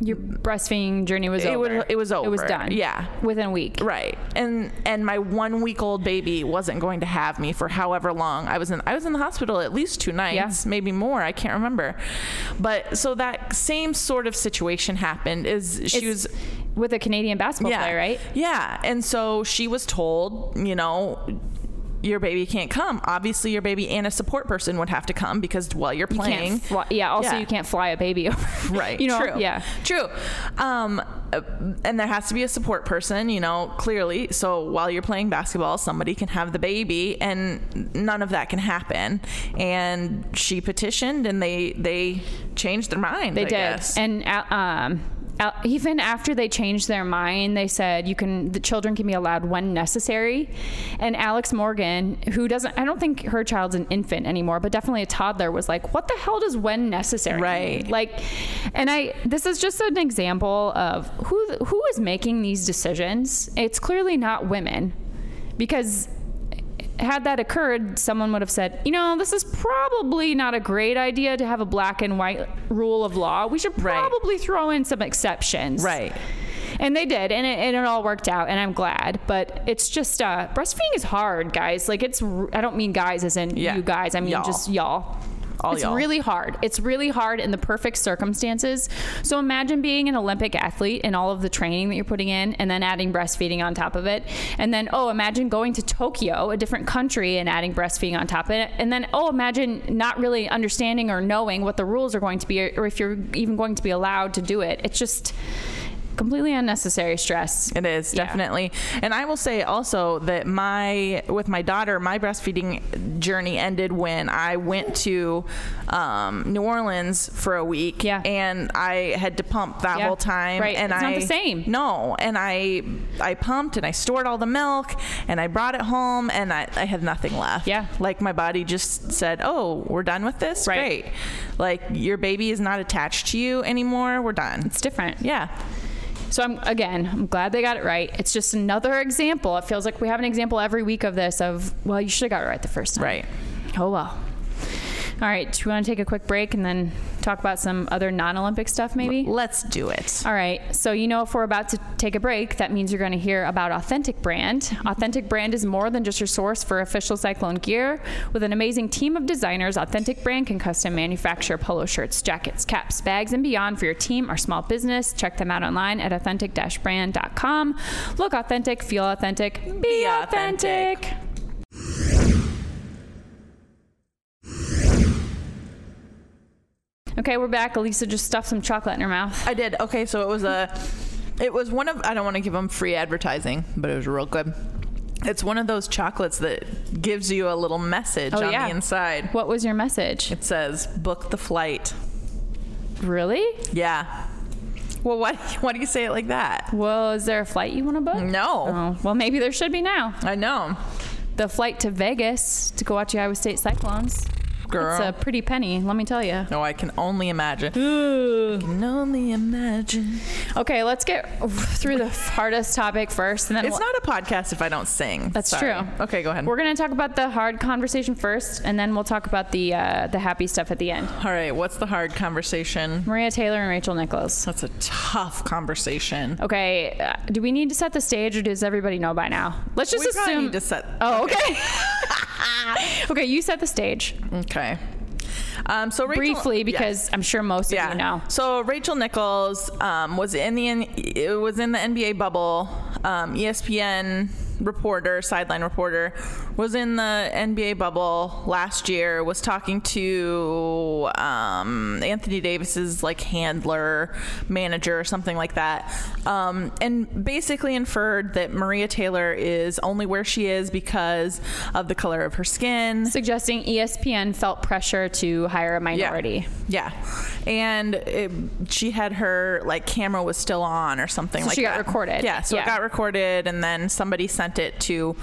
Speaker 1: Your breastfeeding journey was
Speaker 2: It
Speaker 1: over.
Speaker 2: would- it was
Speaker 1: It was
Speaker 2: over.
Speaker 1: done.
Speaker 2: Yeah.
Speaker 1: Within a week.
Speaker 2: right. And and my 1 week old baby wasn't going to have me for however long. I was in I was in the hospital at least 2 nights,
Speaker 1: Yeah.
Speaker 2: maybe more, I can't remember. But so that same sort of situation happened is she
Speaker 1: It's
Speaker 2: was
Speaker 1: with a Canadian basketball player, right?
Speaker 2: Yeah. And so she was told, you know, your baby can't come. Obviously, your baby and a support person would have to come because while you're
Speaker 1: You can't
Speaker 2: playing,
Speaker 1: fly- yeah. Also,
Speaker 2: Yeah.
Speaker 1: you can't fly a baby over.
Speaker 2: right?
Speaker 1: You know.
Speaker 2: true.
Speaker 1: Yeah.
Speaker 2: true. Um, uh, and there has to be a support person, you know, clearly. So while you're playing basketball, somebody can have the baby, and none of that can happen. And she petitioned, and they they changed their mind.
Speaker 1: They
Speaker 2: I
Speaker 1: did.
Speaker 2: guess.
Speaker 1: And uh, um, uh, even after they changed their mind, they said you can the children can be allowed when necessary. And Alex Morgan, who doesn't, I don't think her child's an infant anymore, but definitely a toddler, was like, "What the hell does when necessary?" mean?"
Speaker 2: Right.
Speaker 1: Like, and I this is just an example of who who is making these decisions. It's clearly not women, because had that occurred, someone would have said, you know, this is probably not a great idea to have a black and white rule of law. We should
Speaker 2: Right.
Speaker 1: probably throw in some exceptions.
Speaker 2: right.
Speaker 1: And they did, and it, and it all worked out, and I'm glad. But it's just, uh, breastfeeding is hard, guys. Like, it's, r- I don't mean guys as in
Speaker 2: Yeah.
Speaker 1: you guys, I mean
Speaker 2: Y'all.
Speaker 1: just y'all.
Speaker 2: All
Speaker 1: it's
Speaker 2: y'all.
Speaker 1: really hard. It's really hard in the perfect circumstances. So imagine being an Olympic athlete and all of the training that you're putting in, and then adding breastfeeding on top of it. And then, oh, imagine going to Tokyo, a different country, and adding breastfeeding on top of it. And then, oh, imagine not really understanding or knowing what the rules are going to be, or if you're even going to be allowed to do it. It's just completely unnecessary stress.
Speaker 2: It is
Speaker 1: Yeah.
Speaker 2: definitely. And I will say also that my with my daughter, my breastfeeding journey ended when I went to um, New Orleans for a week.
Speaker 1: Yeah.
Speaker 2: And I had to pump that
Speaker 1: Yeah.
Speaker 2: whole time.
Speaker 1: Right.
Speaker 2: And
Speaker 1: It's
Speaker 2: I
Speaker 1: not the same.
Speaker 2: No. And I I pumped and I stored all the milk and I brought it home and I, I had nothing left.
Speaker 1: Yeah.
Speaker 2: Like my body just said, Oh, we're done with this?
Speaker 1: Right.
Speaker 2: Great. Like your baby is not attached to you anymore. We're done.
Speaker 1: It's different.
Speaker 2: Yeah.
Speaker 1: So I'm again, I'm glad they got it right. It's just another example. It feels like we have an example every week of this of well, you should have got it right the first time.
Speaker 2: Right.
Speaker 1: Oh well. All right, do you want to take a quick break and then talk about some other non-Olympic stuff maybe?
Speaker 2: Let's do it.
Speaker 1: All right. So, you know, if we're about to take a break, that means you're going to hear about Authentic Brand. Authentic Brand is more than just your source for official Cyclone gear. With an amazing team of designers, Authentic Brand can custom manufacture polo shirts, jackets, caps, bags, and beyond for your team or small business. Check them out online at authentic brand.com. Look authentic, feel authentic, be,
Speaker 2: Be
Speaker 1: authentic.
Speaker 2: authentic.
Speaker 1: Okay, we're back. Elisa just stuffed some chocolate in her mouth.
Speaker 2: I did. Okay, so it was a, it was one of. I don't want to give them free advertising, but it was real good. It's one of those chocolates that gives you a little message
Speaker 1: Oh,
Speaker 2: on
Speaker 1: yeah.
Speaker 2: the inside.
Speaker 1: What was your message?
Speaker 2: It says, "Book the flight."
Speaker 1: Really?
Speaker 2: Yeah. Well, why why do you say it like that?
Speaker 1: Well, is there a flight you want to book?
Speaker 2: No,
Speaker 1: Oh, well, maybe there should be now.
Speaker 2: I know,
Speaker 1: The flight to Vegas to go watch the Iowa State Cyclones.
Speaker 2: girl.
Speaker 1: It's a pretty penny, let me tell you.
Speaker 2: no, I can only imagine. I can only imagine.
Speaker 1: Okay, let's get through the hardest topic first, and then
Speaker 2: It's
Speaker 1: we'll-
Speaker 2: not a podcast if I don't sing.
Speaker 1: That's
Speaker 2: Sorry.
Speaker 1: true.
Speaker 2: Okay, go ahead.
Speaker 1: we're going to talk about the hard conversation first, and then we'll talk about the uh, the happy stuff at the end.
Speaker 2: All right, what's the hard conversation?
Speaker 1: Maria Taylor and Rachel Nichols.
Speaker 2: That's a tough conversation.
Speaker 1: Okay, uh, do we need to set the stage, or does everybody know by now? Let's just
Speaker 2: we probably
Speaker 1: assume.
Speaker 2: need to set.
Speaker 1: oh, okay. okay, you set the stage
Speaker 2: Okay. Um, so Rachel,
Speaker 1: briefly
Speaker 2: yeah,
Speaker 1: because I'm sure most
Speaker 2: yeah.
Speaker 1: of you know.
Speaker 2: So Rachel Nichols um, was in the N- it was in the NBA bubble. Um, ESPN reporter, sideline reporter, was in the NBA bubble last year. Was talking to um, Anthony Davis's like handler, manager, or something like that, um, and basically inferred that Maria Taylor is only where she is because of the color of her skin.
Speaker 1: suggesting E ESPN felt pressure to hire a minority.
Speaker 2: Yeah, yeah. and it, she had her like camera was still on or something
Speaker 1: So
Speaker 2: like
Speaker 1: she got
Speaker 2: that.
Speaker 1: recorded.
Speaker 2: Yeah, so
Speaker 1: Yeah.
Speaker 2: it got recorded, and then somebody sent it to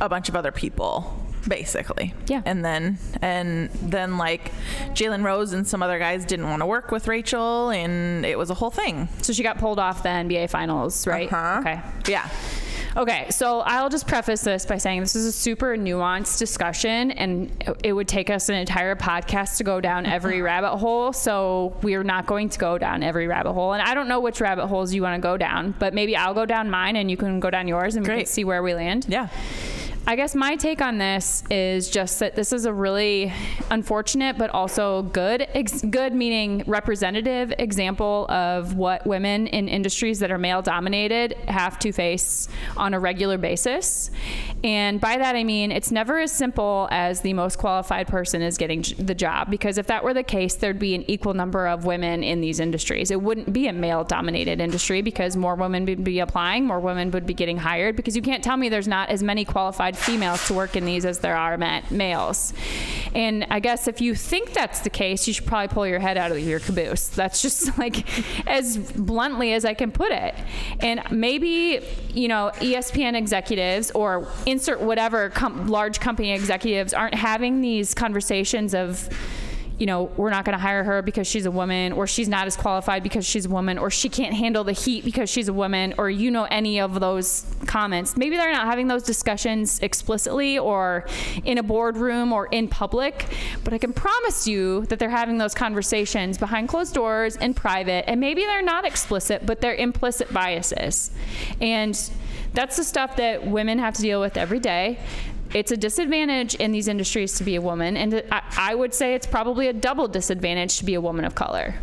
Speaker 2: a bunch of other people, basically.
Speaker 1: Yeah.
Speaker 2: and then and then like Jalen Rose and some other guys didn't want to work with Rachel, and it was a whole thing.
Speaker 1: So she got pulled off the NBA finals, right?
Speaker 2: Uh-huh.
Speaker 1: Okay.
Speaker 2: Yeah,
Speaker 1: Okay, so I'll just preface this by saying this is a super nuanced discussion, and it would take us an entire podcast to go down every
Speaker 2: Uh-huh.
Speaker 1: rabbit hole. So we're not going to go down every rabbit hole. And I don't know which rabbit holes you want to go down, but maybe I'll go down mine and you can go down yours and we can
Speaker 2: Great.
Speaker 1: see where we land.
Speaker 2: yeah.
Speaker 1: I guess my take on this is just that this is a really unfortunate but also good ex- good meaning representative example of what women in industries that are male dominated have to face on a regular basis. And by that I mean it's never as simple as the most qualified person is getting j- the job because if that were the case there'd be an equal number of women in these industries. It wouldn't be a male dominated industry because more women would be applying, more women would be getting hired because you can't tell me there's not as many qualified females to work in these as there are ma- males. And I guess if you think that's the case, you should probably pull your head out of your caboose. That's just like as bluntly as I can put it. And maybe, you know, E ESPN executives or insert whatever com- large company executives aren't having these conversations of, you know, we're not going to hire her because she's a woman, or she's not as qualified because she's a woman, or she can't handle the heat because she's a woman, or you know, any of those comments. Maybe they're not having those discussions explicitly or in a boardroom or in public, but I can promise you that they're having those conversations behind closed doors in private. And maybe they're not explicit, but they're implicit biases. And that's the stuff that women have to deal with every day it's a disadvantage in these industries to be a woman, and I, I would say it's probably a double disadvantage to be a woman of color.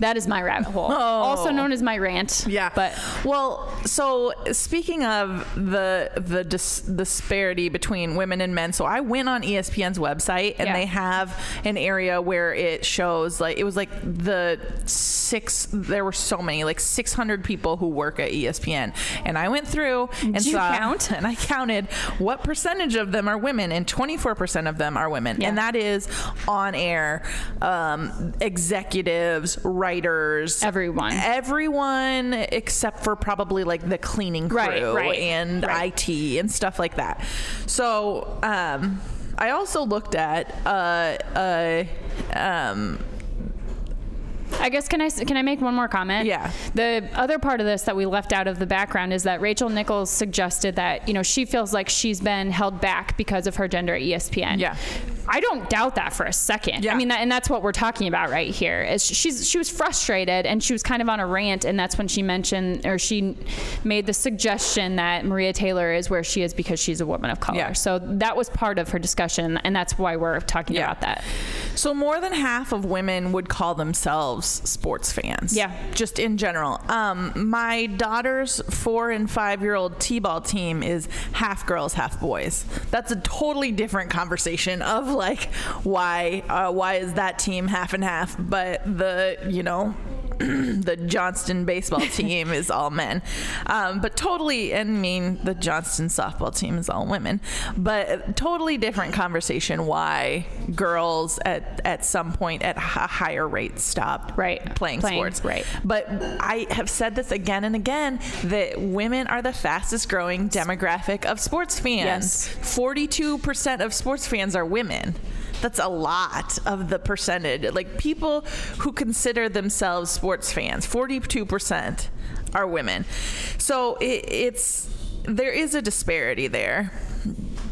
Speaker 1: That is my rabbit hole, also known as my rant.
Speaker 2: Yeah.
Speaker 1: but
Speaker 2: well, so speaking of the the dis- disparity between women and men, so I went on E ESPN's website and
Speaker 1: Yeah.
Speaker 2: they have an area where it shows like it was like the six there were so many like 600 people who work at E ESPN and I went through and
Speaker 1: Did you
Speaker 2: saw
Speaker 1: count?
Speaker 2: and I counted what percentage of them are women and 24% of them are women
Speaker 1: Yeah.
Speaker 2: and that is on air um, executives writers
Speaker 1: Everyone.
Speaker 2: everyone except for probably like the cleaning crew
Speaker 1: Right, right,
Speaker 2: and
Speaker 1: right.
Speaker 2: IT and stuff like that. So um, I also looked at uh, uh, um,
Speaker 1: I guess can I s- can I make one more comment?
Speaker 2: Yeah.
Speaker 1: The other part of this that we left out of the background is that Rachel Nichols suggested that you know she feels like she's been held back because of her gender at E ESPN.
Speaker 2: Yeah.
Speaker 1: I don't doubt that for a second.
Speaker 2: Yeah.
Speaker 1: I mean, that, and that's what we're talking about right here. Is she's she was frustrated and she was kind of on a rant, and that's when she mentioned or she made the suggestion that Maria Taylor is where she is because she's a woman of color.
Speaker 2: Yeah.
Speaker 1: So that was part of her discussion, and that's why we're talking
Speaker 2: Yeah.
Speaker 1: about that.
Speaker 2: So more than half of women would call themselves sports fans.
Speaker 1: Yeah.
Speaker 2: Just in general. Um, my daughter's four and five year old T ball team is half girls, half boys. That's a totally different conversation of like why uh, why is that team half and half, but the you know the Johnston baseball team is all men, um, but totally. I mean, the Johnston softball team is all women, but totally different conversation. Why girls at at some point at a hi- higher rate stopped
Speaker 1: Right.
Speaker 2: playing,
Speaker 1: Playing,
Speaker 2: sports,
Speaker 1: right.
Speaker 2: But I have said this again and again that women are the fastest growing demographic of sports fans.
Speaker 1: Yes.
Speaker 2: Forty-two percent of sports fans are women. That's a lot of the percentage. Like people who consider themselves sports fans, forty-two percent are women. So it, it's there is a disparity there,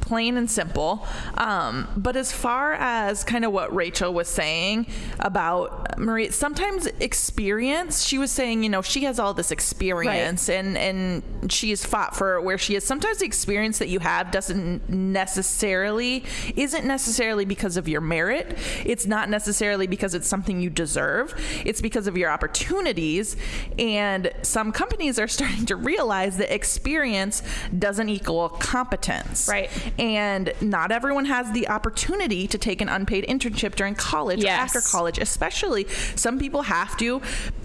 Speaker 2: plain and simple. Um, but as far as kind of what Rachel was saying about Marie, sometimes experience. She was saying, you know, she has all this experience and and she's fought for where she is sometimes the experience that you have doesn't necessarily isn't necessarily because of your merit it's not necessarily because it's something you deserve it's because of your opportunities and some companies are starting to realize that experience doesn't equal competence
Speaker 1: Right.
Speaker 2: and not everyone has the opportunity to take an unpaid internship during college or
Speaker 1: Yes.
Speaker 2: after college college, especially some people have to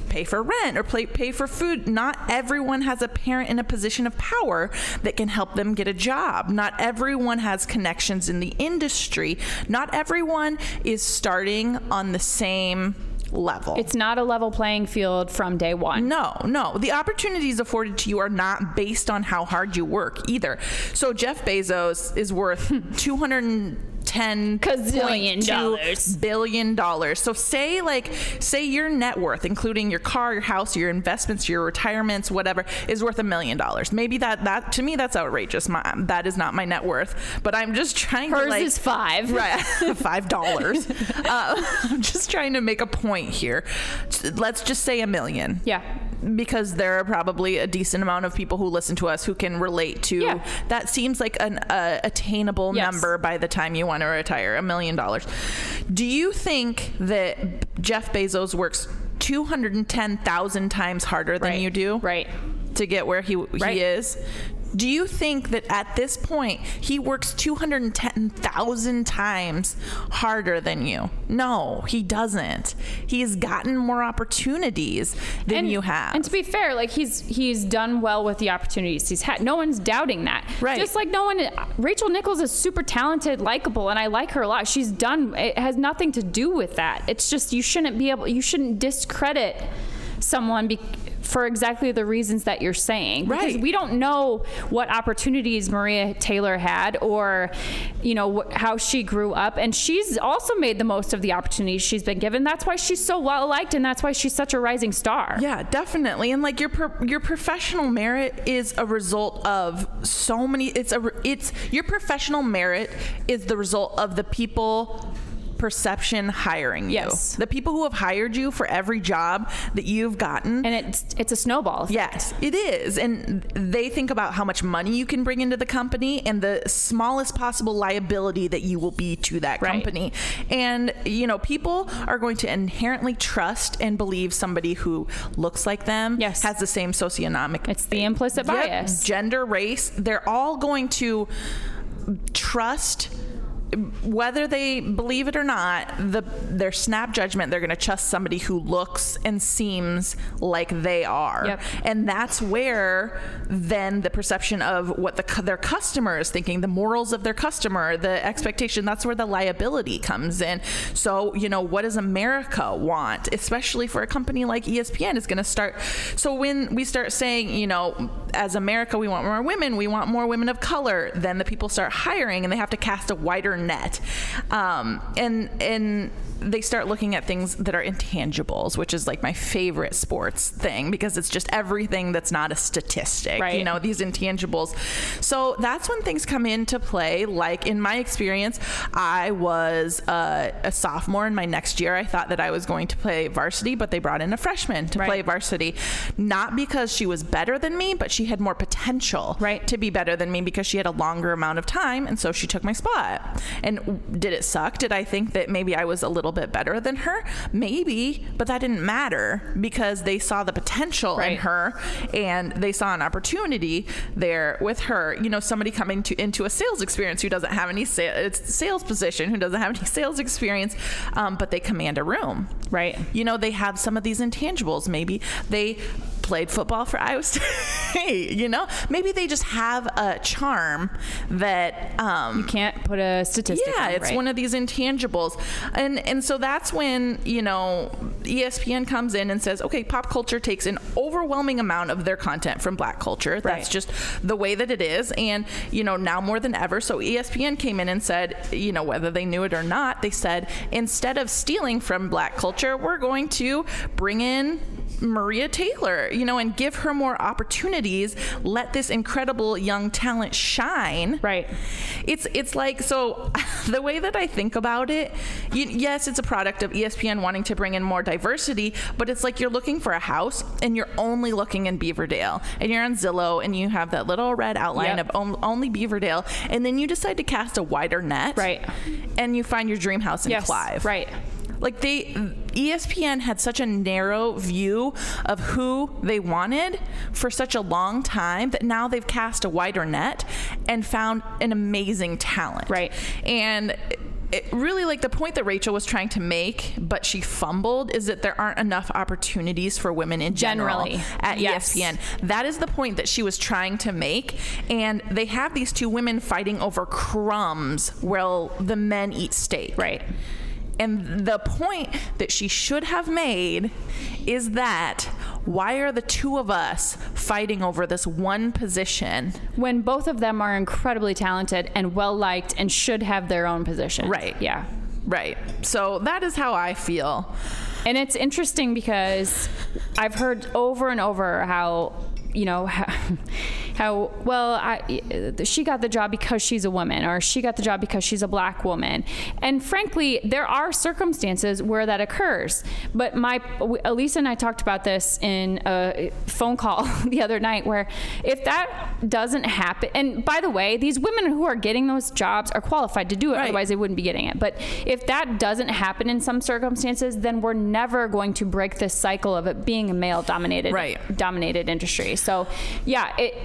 Speaker 2: pay for rent or play, pay for food. Not everyone has a parent in a position of power that can help them get a job. Not everyone has connections in the industry. Not everyone is starting on the same level.
Speaker 1: It's not a level playing field from day one.
Speaker 2: No, no. The opportunities afforded to you are not based on how hard you work either. So Jeff Bezos is worth two hundred and ten
Speaker 1: Gazillion dollars.
Speaker 2: billion dollars. So say like say your net worth, including your car, your house, your investments, your retirements, whatever, is worth a million dollars. Maybe that that to me that's outrageous. My, that is not my net worth. But I'm just trying to
Speaker 1: Hers
Speaker 2: like
Speaker 1: is five.
Speaker 2: Right, five dollars. uh, I'm just trying to make a point here. Let's just say a million
Speaker 1: Yeah.
Speaker 2: because there are probably a decent amount of people who listen to us who can relate to
Speaker 1: Yeah.
Speaker 2: that seems like an uh, attainable
Speaker 1: Yes.
Speaker 2: number by the time you want to retire a million dollars do you think that jeff bezos works 210000 times harder than
Speaker 1: right.
Speaker 2: you do
Speaker 1: Right.
Speaker 2: to get where he,
Speaker 1: Right.
Speaker 2: he is do you think that at this point he works 210,000 times harder than you? No, he doesn't. He's gotten more opportunities than you have.
Speaker 1: And to be fair, like he's he's done well with the opportunities he's had. No one's doubting that.
Speaker 2: Right.
Speaker 1: Just like no one Rachel Nichols is super talented, likable, and I like her a lot. She's done it has nothing to do with that. It's just you shouldn't be able you shouldn't discredit someone be, for exactly the reasons that you're saying.
Speaker 2: Right.
Speaker 1: Because we don't know what opportunities Maria Taylor had or you know wh- how she grew up and she's also made the most of the opportunities she's been given. That's why she's so well liked and that's why she's such a rising star.
Speaker 2: Yeah, definitely. And like your pro- your professional merit is a result of so many. It's a re- it's your professional merit is the result of the people perception hiring you.
Speaker 1: Yes.
Speaker 2: The people who have hired you for every job that you've gotten
Speaker 1: and it's it's a snowball. effect.
Speaker 2: Yes, it is. And they think about how much money you can bring into the company and the smallest possible liability that you will be to that
Speaker 1: Right.
Speaker 2: company. And, you know, people are going to inherently trust and believe somebody who looks like them,
Speaker 1: Yes.
Speaker 2: has the same socioeconomic
Speaker 1: It's the implicit
Speaker 2: Yep,
Speaker 1: bias.
Speaker 2: gender, race, they're all going to trust whether they believe it or not, the their snap judgment, they're going to trust somebody who looks and seems like they are,
Speaker 1: Yep.
Speaker 2: and that's where then the perception of what the cu- their customer is thinking, the morals of their customer, the expectation, that's where the liability comes in. So you know, what does America want, especially for a company like E ESPN, is going to start. So when we start saying, you know, as America, we want more women, we want more women of color, then the people start hiring, and they have to cast a wider net. Um, and and they start looking at things that are intangibles, which is like my favorite sports thing because it's just everything that's not a statistic.
Speaker 1: Right.
Speaker 2: You know, these intangibles. So that's when things come into play. Like in my experience, I was uh, a sophomore in my next year. I thought that I was going to play varsity, but they brought in a freshman to
Speaker 1: Right.
Speaker 2: play varsity, not because she was better than me, but she had more potential
Speaker 1: Right.
Speaker 2: to be better than me because she had a longer amount of time, and so she took my spot. And w- did it suck? Did I think that maybe I was a little bit better than her? Maybe, but that didn't matter because they saw the potential in
Speaker 1: Right.
Speaker 2: her her, and they saw an opportunity there with her you know somebody coming to into a sales experience who doesn't have any sales sales position who doesn't have any sales experience um, but they command a room
Speaker 1: Right.
Speaker 2: you know they have some of these intangibles maybe they played football for Iowa State you know maybe they just have a charm that um,
Speaker 1: Can't put a statistic.
Speaker 2: yeah,
Speaker 1: on,
Speaker 2: it's
Speaker 1: right.
Speaker 2: one of these intangibles, and and so that's when you know E ESPN comes in and says, okay, pop culture takes an overwhelming amount of their content from Black culture. That's
Speaker 1: Right.
Speaker 2: just the way that it is, and you know now more than ever. So E ESPN came in and said, you know whether they knew it or not, they said instead of stealing from Black culture, we're going to bring in. Maria Taylor, you know, and give her more opportunities. Let this incredible young talent shine
Speaker 1: Right.
Speaker 2: it's it's like so the way that I think about it, y yes, it's a product of E ESPN wanting to bring in more diversity, but it's like you're looking for a house and you're only looking in Beaverdale, and you're on Zillow and you have that little red outline
Speaker 1: Yep.
Speaker 2: of on- only Beaverdale, and then you decide to cast a wider net,
Speaker 1: Right.
Speaker 2: And you find your dream house in
Speaker 1: Yes.
Speaker 2: Clive,
Speaker 1: Right.
Speaker 2: like they E ESPN had such a narrow view of who they wanted for such a long time that now they've cast a wider net and found an amazing talent.
Speaker 1: Right.
Speaker 2: And it really like the point that Rachel was trying to make, but she fumbled, is that there aren't enough opportunities for women in general
Speaker 1: Generally.
Speaker 2: at E
Speaker 1: Yes.
Speaker 2: ESPN. That is the point that she was trying to make. And they have these two women fighting over crumbs while the men eat steak.
Speaker 1: Right.
Speaker 2: And the point that she should have made is that why are the two of us fighting over this one position?
Speaker 1: When both of them are incredibly talented and well liked and should have their own position.
Speaker 2: Right.
Speaker 1: Yeah.
Speaker 2: Right. So that is how I feel.
Speaker 1: And it's interesting because I've heard over and over how you know how, how well I, she got the job because she's a woman or she got the job because she's a black woman and frankly there are circumstances where that occurs but my elisa and i talked about this in a phone call the other night where if that doesn't happen and by the way these women who are getting those jobs are qualified to do it
Speaker 2: Right.
Speaker 1: otherwise they wouldn't be getting it. But if that doesn't happen in some circumstances, then we're never going to break this cycle of it being a male dominated
Speaker 2: Right.
Speaker 1: dominated industry. So, yeah, it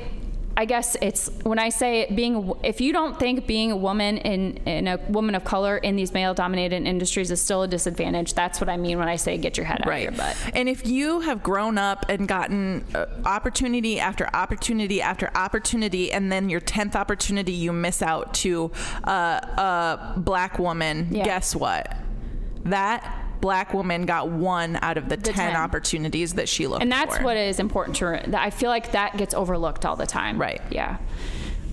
Speaker 1: I guess it's when I say it being a w- if you don't think being a woman in in a woman of color in these male dominated industries is still a disadvantage, that's what I mean when I say get your head out of your butt.
Speaker 2: And if you have grown up and gotten uh, opportunity after opportunity after opportunity, and then your 10th opportunity you miss out to uh, a black woman,
Speaker 1: Yeah.
Speaker 2: guess what? That black woman got one out of the, 10,
Speaker 1: 10.
Speaker 2: opportunities that she looked
Speaker 1: And that's
Speaker 2: for.
Speaker 1: what is important to. re- that- I feel like that gets overlooked all the time.
Speaker 2: Right.
Speaker 1: Yeah.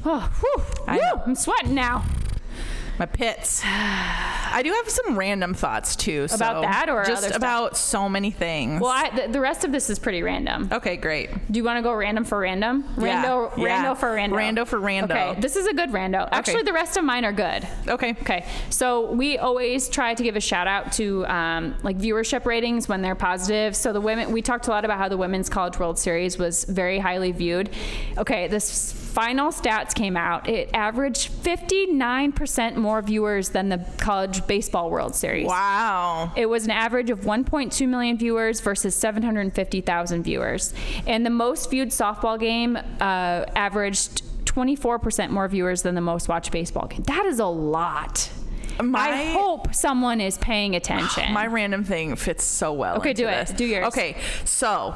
Speaker 1: Oh, whew,
Speaker 2: I
Speaker 1: whew,
Speaker 2: know.
Speaker 1: I'm sweating now.
Speaker 2: my pits. I do have some random thoughts too. so-
Speaker 1: About that or
Speaker 2: just
Speaker 1: other stuff?
Speaker 2: about so many things.
Speaker 1: Well, I, the, the rest of this is pretty random.
Speaker 2: okay, great.
Speaker 1: Do you want to go random for random?
Speaker 2: Yeah,
Speaker 1: Rando,
Speaker 2: yeah.
Speaker 1: rando for rando.
Speaker 2: Rando for rando.
Speaker 1: Okay, this is a good rando. Actually, the rest of mine are good.
Speaker 2: Okay.
Speaker 1: Okay, so we always try to give a shout out to um, like viewership ratings when they're positive. So the women, we talked a lot about how the Women's College World Series was very highly viewed. Okay, this final stats came out. It averaged 59% more viewers than the College Baseball World Series.
Speaker 2: Wow.
Speaker 1: It was an average of 1.2 million viewers versus 750,000 viewers. And the most viewed softball game uh, averaged 24% more viewers than the most watched baseball game. That is a lot. I
Speaker 2: My-
Speaker 1: hope someone is paying attention.
Speaker 2: My random thing fits so well.
Speaker 1: Okay,
Speaker 2: into
Speaker 1: do it.
Speaker 2: this.
Speaker 1: Do yours.
Speaker 2: Okay, so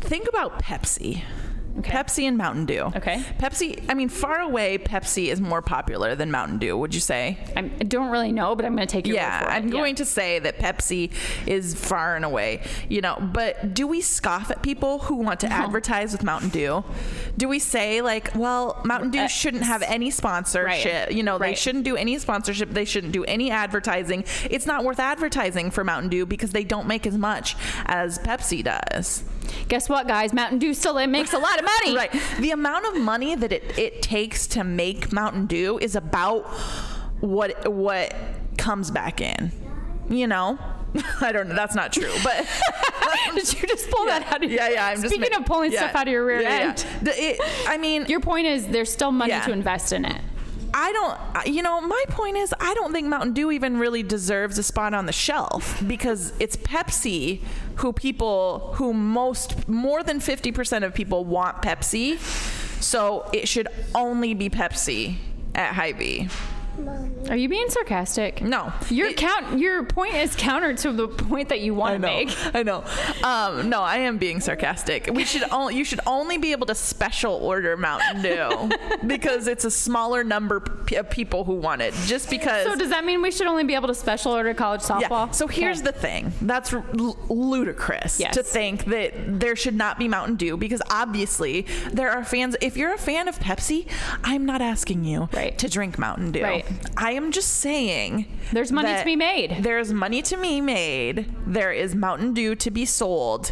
Speaker 2: think about Pepsi.
Speaker 1: Okay.
Speaker 2: Pepsi and Mountain Dew.
Speaker 1: Okay.
Speaker 2: Pepsi, I mean, far away, Pepsi is more popular than Mountain Dew, would you say?
Speaker 1: I'm, I don't really know, but I'm going to take your
Speaker 2: yeah,
Speaker 1: word for it.
Speaker 2: I'm going to say that Pepsi is far and away, you know. But do we scoff at people who want to advertise with Mountain Dew? Do we say like, well, Mountain Dew
Speaker 1: Uh,
Speaker 2: shouldn't have any sponsorship?
Speaker 1: right,
Speaker 2: You know, they
Speaker 1: right.
Speaker 2: shouldn't do any sponsorship. They shouldn't do any advertising. It's not worth advertising for Mountain Dew because they don't make as much as Pepsi does.
Speaker 1: Guess what, guys? Mountain Dew still it makes a lot of money.
Speaker 2: Right. The amount of money that it, it takes to make Mountain Dew is about what what comes back in. You know? I don't know. That's not true, but
Speaker 1: Did you just pull that out of
Speaker 2: yeah,
Speaker 1: your
Speaker 2: yeah. I'm just
Speaker 1: Speaking
Speaker 2: ma-
Speaker 1: of pulling
Speaker 2: yeah,
Speaker 1: stuff out of your rear
Speaker 2: yeah, yeah.
Speaker 1: end,
Speaker 2: The- it- I mean,
Speaker 1: your point is there's still money
Speaker 2: Yeah.
Speaker 1: to invest in it.
Speaker 2: I don't, I- you know, my point is, I don't think Mountain Dew even really deserves a spot on the shelf because it's Pepsi who people, who most, more than 50% of people want Pepsi. So it should only be Pepsi at Hy-Vee.
Speaker 1: Are you being sarcastic?
Speaker 2: No.
Speaker 1: Your count. Your point is counter to the point that you want
Speaker 2: I
Speaker 1: to
Speaker 2: know.
Speaker 1: make.
Speaker 2: I know. Um, no, I am being sarcastic. We should only you should only be able to special order Mountain Dew because it's a smaller number p- of people who want it. Just because
Speaker 1: So does that mean we should only be able to special order college softball?
Speaker 2: Yeah. So here's
Speaker 1: Okay.
Speaker 2: the thing. That's r- l- ludicrous
Speaker 1: Yes.
Speaker 2: to think that there should not be Mountain Dew because obviously there are fans. If you're a fan of Pepsi, I'm not asking you
Speaker 1: Right.
Speaker 2: to drink Mountain Dew.
Speaker 1: Right.
Speaker 2: I am just saying
Speaker 1: There's money to
Speaker 2: that
Speaker 1: be made.
Speaker 2: There is money to be made. There is Mountain Dew to be sold.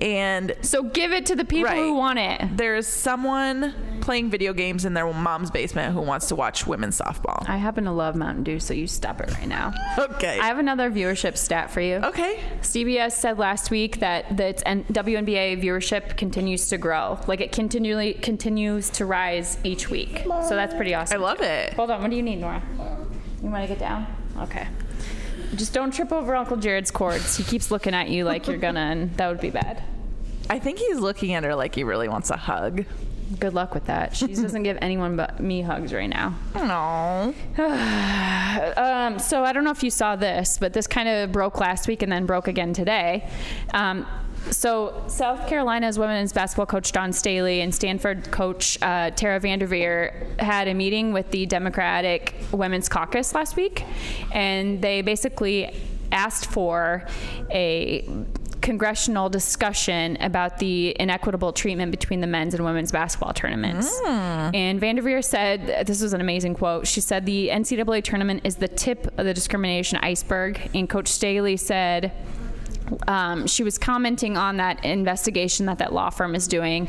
Speaker 2: And
Speaker 1: So give it to the people
Speaker 2: Right.
Speaker 1: who want it.
Speaker 2: there's someone playing video games in their mom's basement who wants to watch women's softball.
Speaker 1: I happen to love Mountain Dew, so you stop it right now.
Speaker 2: Okay.
Speaker 1: I have another viewership stat for you.
Speaker 2: okay.
Speaker 1: CBS said last week that the its N- WNBA viewership continues to grow. Like it continually continues to rise each week. So that's pretty
Speaker 2: I
Speaker 1: awesome.
Speaker 2: love it.
Speaker 1: Hold on, what do you need, Nora? You want to get down? Okay. Just don't trip over Uncle Jared's cords. He keeps looking at you like you're gonna, and that would be bad.
Speaker 2: I think he's looking at her like he really wants a hug.
Speaker 1: Good luck with that. She doesn't give anyone but me hugs right now.
Speaker 2: No.
Speaker 1: Um, so I don't know if you saw this, but this kind of broke last week and then broke again today. Um, so South Carolina's women's basketball coach John Staley and Stanford coach uh, Tara Vanderveer had a meeting with the Democratic Women's Caucus last week, and they basically asked for a congressional discussion about the inequitable treatment between the men's and women's basketball tournaments. And Vanderveer said, this was an amazing quote. She said, the NCAA tournament is the tip of the discrimination iceberg. And Coach Staley said, um, she was commenting on that investigation that that law firm is doing.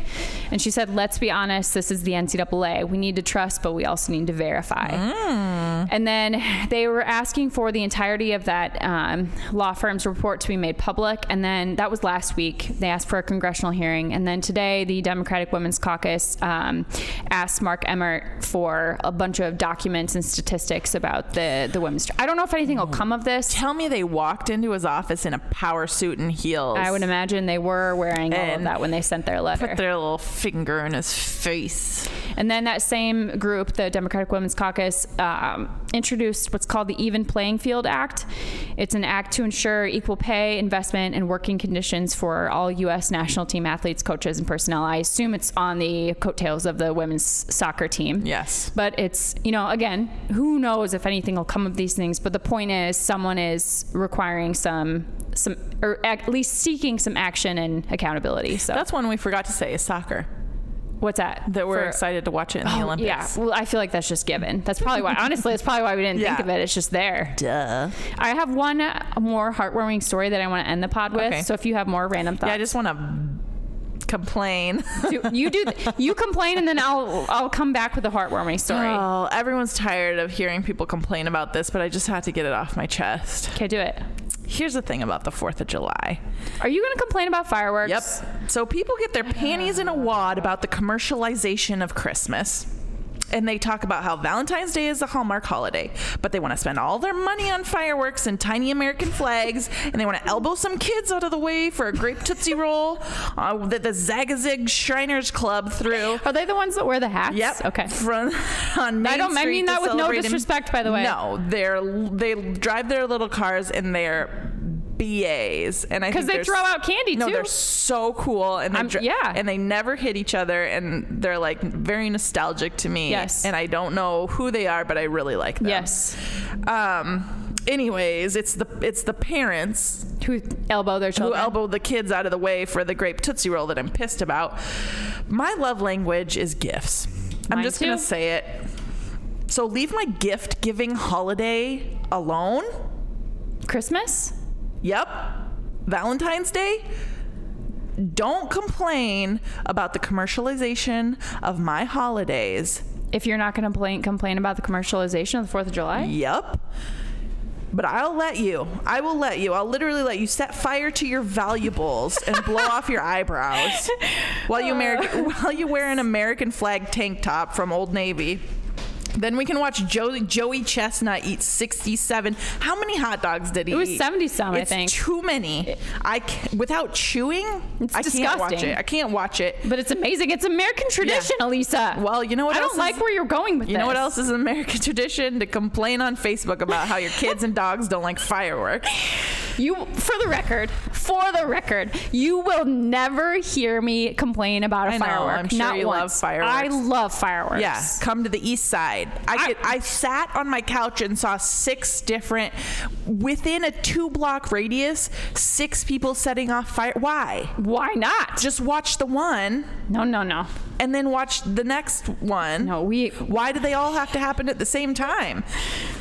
Speaker 1: And she said, let's be honest, this is the NCAA. We need to trust, but we also need to verify. And then they were asking for the entirety of that um, law firm's report to be made public. And then that was last week. They asked for a congressional hearing. And then today, the Democratic Women's Caucus um, asked Mark Emmert for a bunch of documents and statistics about the, the women's. I don't know if anything will come of this.
Speaker 2: Tell me they walked into his office in a power suit and heels.
Speaker 1: I would imagine they were wearing all of
Speaker 2: And
Speaker 1: that when they sent their letter.
Speaker 2: put their little finger in his face.
Speaker 1: And then that same group, the Democratic Women's Caucus, um, introduced what's called the Even Playing Field Act. It's an act to ensure equal pay, investment, and working conditions for all U.S. national team athletes, coaches, and personnel. I assume it's on the coattails of the women's soccer team.
Speaker 2: Yes.
Speaker 1: But it's, you know, again, who knows if anything will come of these things. But the point is, someone is requiring some, some, or at least seeking some action and accountability. So
Speaker 2: That's one we forgot to say is soccer.
Speaker 1: what's that?
Speaker 2: That we're
Speaker 1: For- Oh,
Speaker 2: excited to watch it in the Olympics.
Speaker 1: yeah, well, I feel like that's just given. That's probably why. Honestly, that's probably why we didn't think
Speaker 2: Yeah.
Speaker 1: of it. It's just there.
Speaker 2: Duh.
Speaker 1: I have one uh, more heartwarming story that I want to end the pod with.
Speaker 2: Okay.
Speaker 1: So if you have more random
Speaker 2: Yeah, I
Speaker 1: thoughts,
Speaker 2: just want to complain.
Speaker 1: do, you do. th- you complain, and then I'll I'll come back with a heartwarming story.
Speaker 2: Oh, everyone's tired of hearing people complain about this, but I just had to get it off my chest.
Speaker 1: okay, do it.
Speaker 2: Here's the thing about the 4th of July.
Speaker 1: Are you going to complain about fireworks?
Speaker 2: Yep. So people get their panties in a wad about the commercialization of Christmas. And they talk about how Valentine's Day is a Hallmark holiday, but they want to spend all their money on fireworks and tiny American flags, and they want to elbow some kids out of the way for a grape Tootsie Roll uh, that the Zagazig Shriners Club threw.
Speaker 1: Are they the ones that wear the hats?
Speaker 2: Yep.
Speaker 1: Okay.
Speaker 2: From on Main
Speaker 1: I don't- I
Speaker 2: Street
Speaker 1: mean
Speaker 2: to
Speaker 1: that with no
Speaker 2: celebrate him.
Speaker 1: disrespect, by the way.
Speaker 2: No, they're they drive their little cars and they're BAs, and I
Speaker 1: because
Speaker 2: think
Speaker 1: they
Speaker 2: they're
Speaker 1: throw
Speaker 2: s-
Speaker 1: out candy
Speaker 2: No,
Speaker 1: too.
Speaker 2: they're so cool, and they
Speaker 1: I'm-
Speaker 2: dr-
Speaker 1: yeah.
Speaker 2: and they never hit each other, and they're like very nostalgic to me.
Speaker 1: Yes.
Speaker 2: and I don't know who they are, but I really like them.
Speaker 1: yes,
Speaker 2: Um. Anyways, it's the it's the parents
Speaker 1: who elbow their
Speaker 2: who
Speaker 1: children.
Speaker 2: elbowed the kids out of the way for the grape tootsie roll that I'm pissed about. My love language is gifts. I'm
Speaker 1: Mine
Speaker 2: just gonna
Speaker 1: too.
Speaker 2: say it. So leave my gift giving holiday alone.
Speaker 1: Christmas.
Speaker 2: Yep. Valentine's Day. Don't complain about the commercialization of my holidays.
Speaker 1: If you're not going to complain, complain about the commercialization of the Fourth of July.
Speaker 2: Yep. But I'll let you. I will let you. I'll literally let you set fire to your valuables and blow off your eyebrows while you Ameri- while you wear an American flag tank top from Old Navy. Then we can watch Joey, Joey Chestnut eat 67. How many hot dogs did he eat?
Speaker 1: was 70 some, I
Speaker 2: It's
Speaker 1: think.
Speaker 2: too many. I c- without chewing,
Speaker 1: It's
Speaker 2: I can't watch
Speaker 1: disgusting.
Speaker 2: it. I can't watch it.
Speaker 1: But it's amazing. It's American tradition, Elisa.
Speaker 2: Well, you know what
Speaker 1: I don't
Speaker 2: else is-
Speaker 1: like where you're going with
Speaker 2: You
Speaker 1: this.
Speaker 2: know what else is an American tradition? To complain on Facebook about how your kids and dogs don't like fireworks.
Speaker 1: You, for the record, for the record, you will never hear me complain about a
Speaker 2: I know,
Speaker 1: firework.
Speaker 2: I'm sure
Speaker 1: Not
Speaker 2: you love
Speaker 1: once.
Speaker 2: fireworks.
Speaker 1: I love fireworks.
Speaker 2: Yeah, come to the east side. I,
Speaker 1: I-
Speaker 2: could, I sat on my couch and saw six different, within a two block radius, six people setting off fire. Why?
Speaker 1: Why not?
Speaker 2: Just watch the one
Speaker 1: No, no, no,
Speaker 2: and then watch the next one.
Speaker 1: no. We
Speaker 2: Why do they all have to happen at the same time?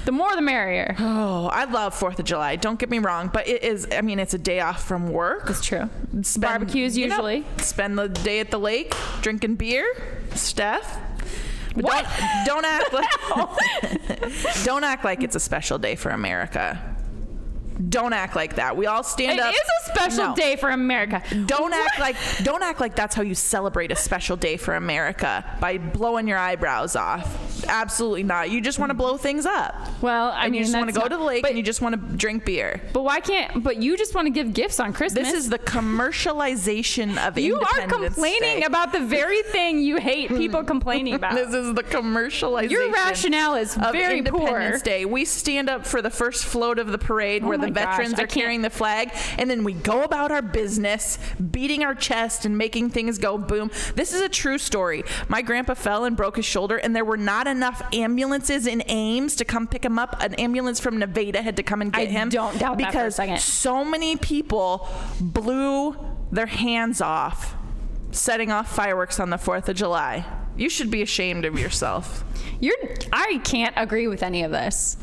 Speaker 1: the more the merrier.
Speaker 2: Oh, I love Fourth of July. Don't get me wrong, but it is. I mean, it's a day off from work.
Speaker 1: It's true.
Speaker 2: Spend-
Speaker 1: Barbecues
Speaker 2: you know,
Speaker 1: usually.
Speaker 2: spend the day at the lake drinking beer, Steph. But
Speaker 1: What?
Speaker 2: Don't, don't act like don't act like it's a special day for America. Don't act like that. We all
Speaker 1: It
Speaker 2: stand
Speaker 1: is
Speaker 2: up.
Speaker 1: a special
Speaker 2: uh, No.
Speaker 1: day for America.
Speaker 2: Don't act like don't act like that's how you celebrate a special day for America by blowing your eyebrows off. Absolutely not. You just want to blow things up.
Speaker 1: Well, I
Speaker 2: and
Speaker 1: mean,
Speaker 2: you just want to
Speaker 1: that's
Speaker 2: go
Speaker 1: not-
Speaker 2: to the lake
Speaker 1: but,
Speaker 2: and you just want to drink beer.
Speaker 1: but why can't? But you just want to give gifts on Christmas.
Speaker 2: This is the commercialization of
Speaker 1: you are
Speaker 2: Independence
Speaker 1: complaining
Speaker 2: Day.
Speaker 1: about the very thing you hate people complaining
Speaker 2: This
Speaker 1: about.
Speaker 2: is the commercialization.
Speaker 1: Your rationale is
Speaker 2: of
Speaker 1: very poor.
Speaker 2: Independence Day. We stand up for the first float of the parade where the
Speaker 1: Oh my gosh,
Speaker 2: veterans
Speaker 1: I
Speaker 2: are
Speaker 1: can't-
Speaker 2: carrying the flag, and then we go about our business, beating our chest and making things go boom. This is a true story. My grandpa fell and broke his shoulder, and there were not enough ambulances in Ames to come pick him up. An ambulance from Nevada had to come and
Speaker 1: I
Speaker 2: get him.
Speaker 1: don't doubt that for a
Speaker 2: because
Speaker 1: second.
Speaker 2: so many people blew their hands off setting off fireworks on the 4th of July. You should be ashamed of yourself.
Speaker 1: You're. I can't agree with any of this.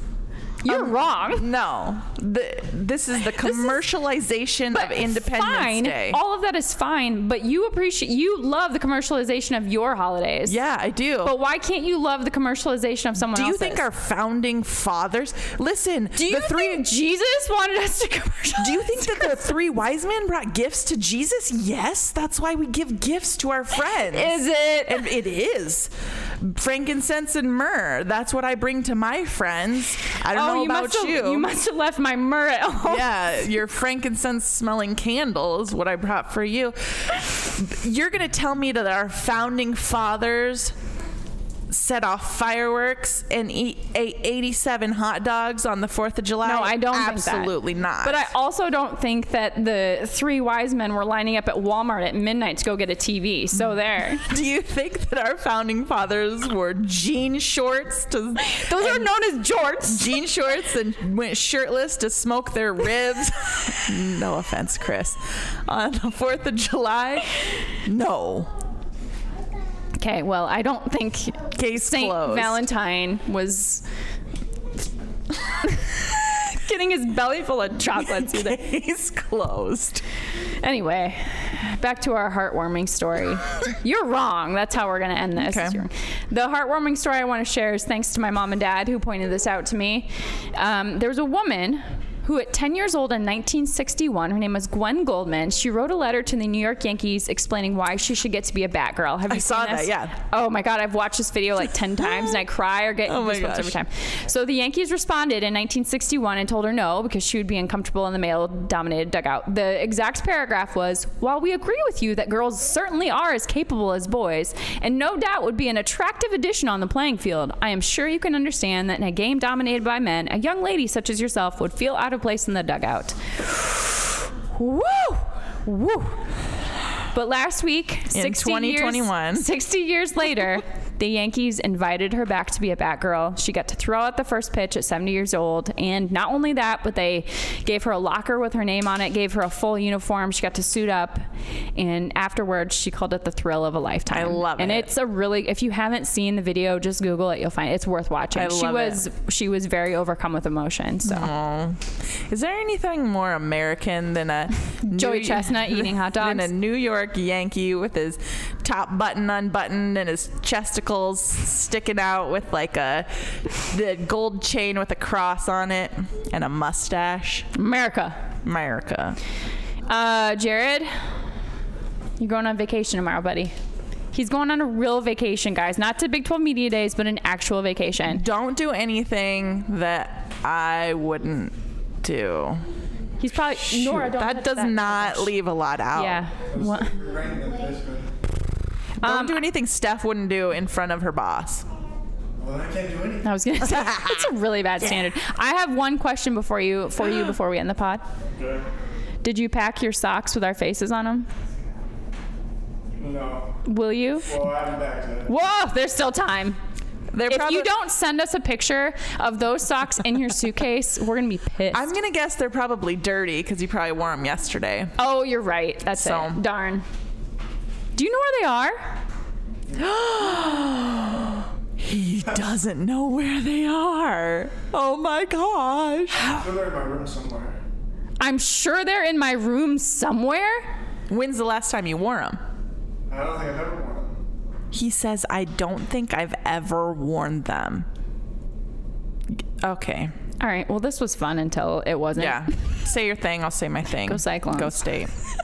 Speaker 1: You're
Speaker 2: Um,
Speaker 1: wrong.
Speaker 2: No, the, this is the commercialization of Independence
Speaker 1: fine.
Speaker 2: Day.
Speaker 1: All of that is fine, but you appreciate you love the commercialization of your holidays.
Speaker 2: yeah, I do.
Speaker 1: But why can't you love the commercialization of someone
Speaker 2: do you
Speaker 1: else's?
Speaker 2: think our founding fathers listen?
Speaker 1: Do you
Speaker 2: the three.
Speaker 1: think Jesus wanted us to commercialize?
Speaker 2: do you think that the three wise men brought gifts to Jesus? Yes, that's why we give gifts to our friends.
Speaker 1: Is it?
Speaker 2: And it is frankincense and myrrh. That's what I bring to my friends. I don't
Speaker 1: oh,
Speaker 2: know
Speaker 1: you
Speaker 2: about
Speaker 1: must have, You must have left my myrrh at home.
Speaker 2: yeah, your frankincense smelling candle is what I brought for you. You're going to tell me that our founding fathers set off fireworks and eat, ate 87 hot dogs on the 4th of July?
Speaker 1: No, I don't think that.
Speaker 2: Absolutely not.
Speaker 1: But I also don't think that the three wise men were lining up at Walmart at midnight to go get a TV. So there.
Speaker 2: do you think that our founding fathers wore jean shorts to
Speaker 1: Those are known as jorts.
Speaker 2: jean shorts and went shirtless to smoke their ribs. no offense, Chris. On the 4th of July? No.
Speaker 1: Okay, well, I don't think
Speaker 2: Case
Speaker 1: Saint
Speaker 2: closed.
Speaker 1: Valentine was getting his belly full of chocolates either.
Speaker 2: Case closed.
Speaker 1: Anyway, back to our heartwarming story. You're wrong. That's how we're going to end this.
Speaker 2: Okay.
Speaker 1: You're wrong. The heartwarming story I want to share is thanks to my mom and dad who pointed this out to me. Um, there was a woman who, at 10 years old in 1961, her name was Gwen Goldman. She wrote a letter to the New York Yankees explaining why she should get to be a Batgirl. Have you
Speaker 2: I saw
Speaker 1: seen
Speaker 2: that,
Speaker 1: this?
Speaker 2: yeah.
Speaker 1: Oh my God, I've watched this video like 10 times and I cry or get
Speaker 2: Oh my
Speaker 1: goosebumps
Speaker 2: gosh.
Speaker 1: every time. So the Yankees responded in 1961 and told her no because she would be uncomfortable in the male dominated dugout. The exact paragraph was While we agree with you that girls certainly are as capable as boys and no doubt would be an attractive addition on the playing field, I am sure you can understand that in a game dominated by men, a young lady such as yourself would feel out of place in the dugout.
Speaker 2: Woo! Woo!
Speaker 1: But last week, 60
Speaker 2: 2021.
Speaker 1: years, 60 years later, the Yankees invited her back to be a Batgirl. She got to throw out the first pitch at 70 years old. And not only that, but they gave her a locker with her name on it, gave her a full uniform. She got to suit up. And afterwards, she called it the thrill of a lifetime.
Speaker 2: I love
Speaker 1: And
Speaker 2: it.
Speaker 1: it's a really, if you haven't seen the video, just Google it. You'll find it. It's worth watching.
Speaker 2: I
Speaker 1: she
Speaker 2: love
Speaker 1: was She was very overcome with emotion. So
Speaker 2: Oh. Is there anything more American than a
Speaker 1: Joey Chestnut eating hot
Speaker 2: than a
Speaker 1: dogs?
Speaker 2: New York Yankee with his top button unbuttoned and his chesticles sticking out with like a the gold chain with a cross on it and a mustache?
Speaker 1: America.
Speaker 2: America.
Speaker 1: Uh, Jared, you're going on vacation tomorrow, buddy. He's going on a real vacation, guys. Not to Big 12 Media Days, but an actual vacation.
Speaker 2: Don't do anything that I wouldn't do.
Speaker 1: He's probably Nora. Don't
Speaker 2: that
Speaker 1: touch
Speaker 2: does
Speaker 1: that.
Speaker 2: not leave a lot out.
Speaker 1: Yeah. What?
Speaker 2: Don't
Speaker 1: Um,
Speaker 2: do anything Steph wouldn't do in front of her boss.
Speaker 3: Well, I can't do anything.
Speaker 1: I was gonna say that's a really bad standard. I have one question before you for you before we end the pod. Did you pack your socks with our faces on them?
Speaker 3: No.
Speaker 1: Will you?
Speaker 3: Well, I haven't back to that.
Speaker 1: Whoa, there's still time.
Speaker 2: They're
Speaker 1: If you don't send us a picture of those socks in your suitcase, we're gonna be pissed.
Speaker 2: I'm gonna guess they're probably dirty because you probably wore them yesterday.
Speaker 1: Oh, you're right. That's
Speaker 2: So-
Speaker 1: it. Darn. Do you know where they are?
Speaker 2: He doesn't know where they are. Oh my gosh!
Speaker 3: I'm still in my room somewhere.
Speaker 1: I'm sure they're in my room somewhere.
Speaker 2: When's the last time you wore them?
Speaker 3: I don't think I've ever worn them.
Speaker 2: He says, "I don't think I've ever worn them." Okay.
Speaker 1: All right. Well, this was fun until it wasn't.
Speaker 2: Yeah. say your thing. I'll say my thing.
Speaker 1: Go Cyclones.
Speaker 2: Go state.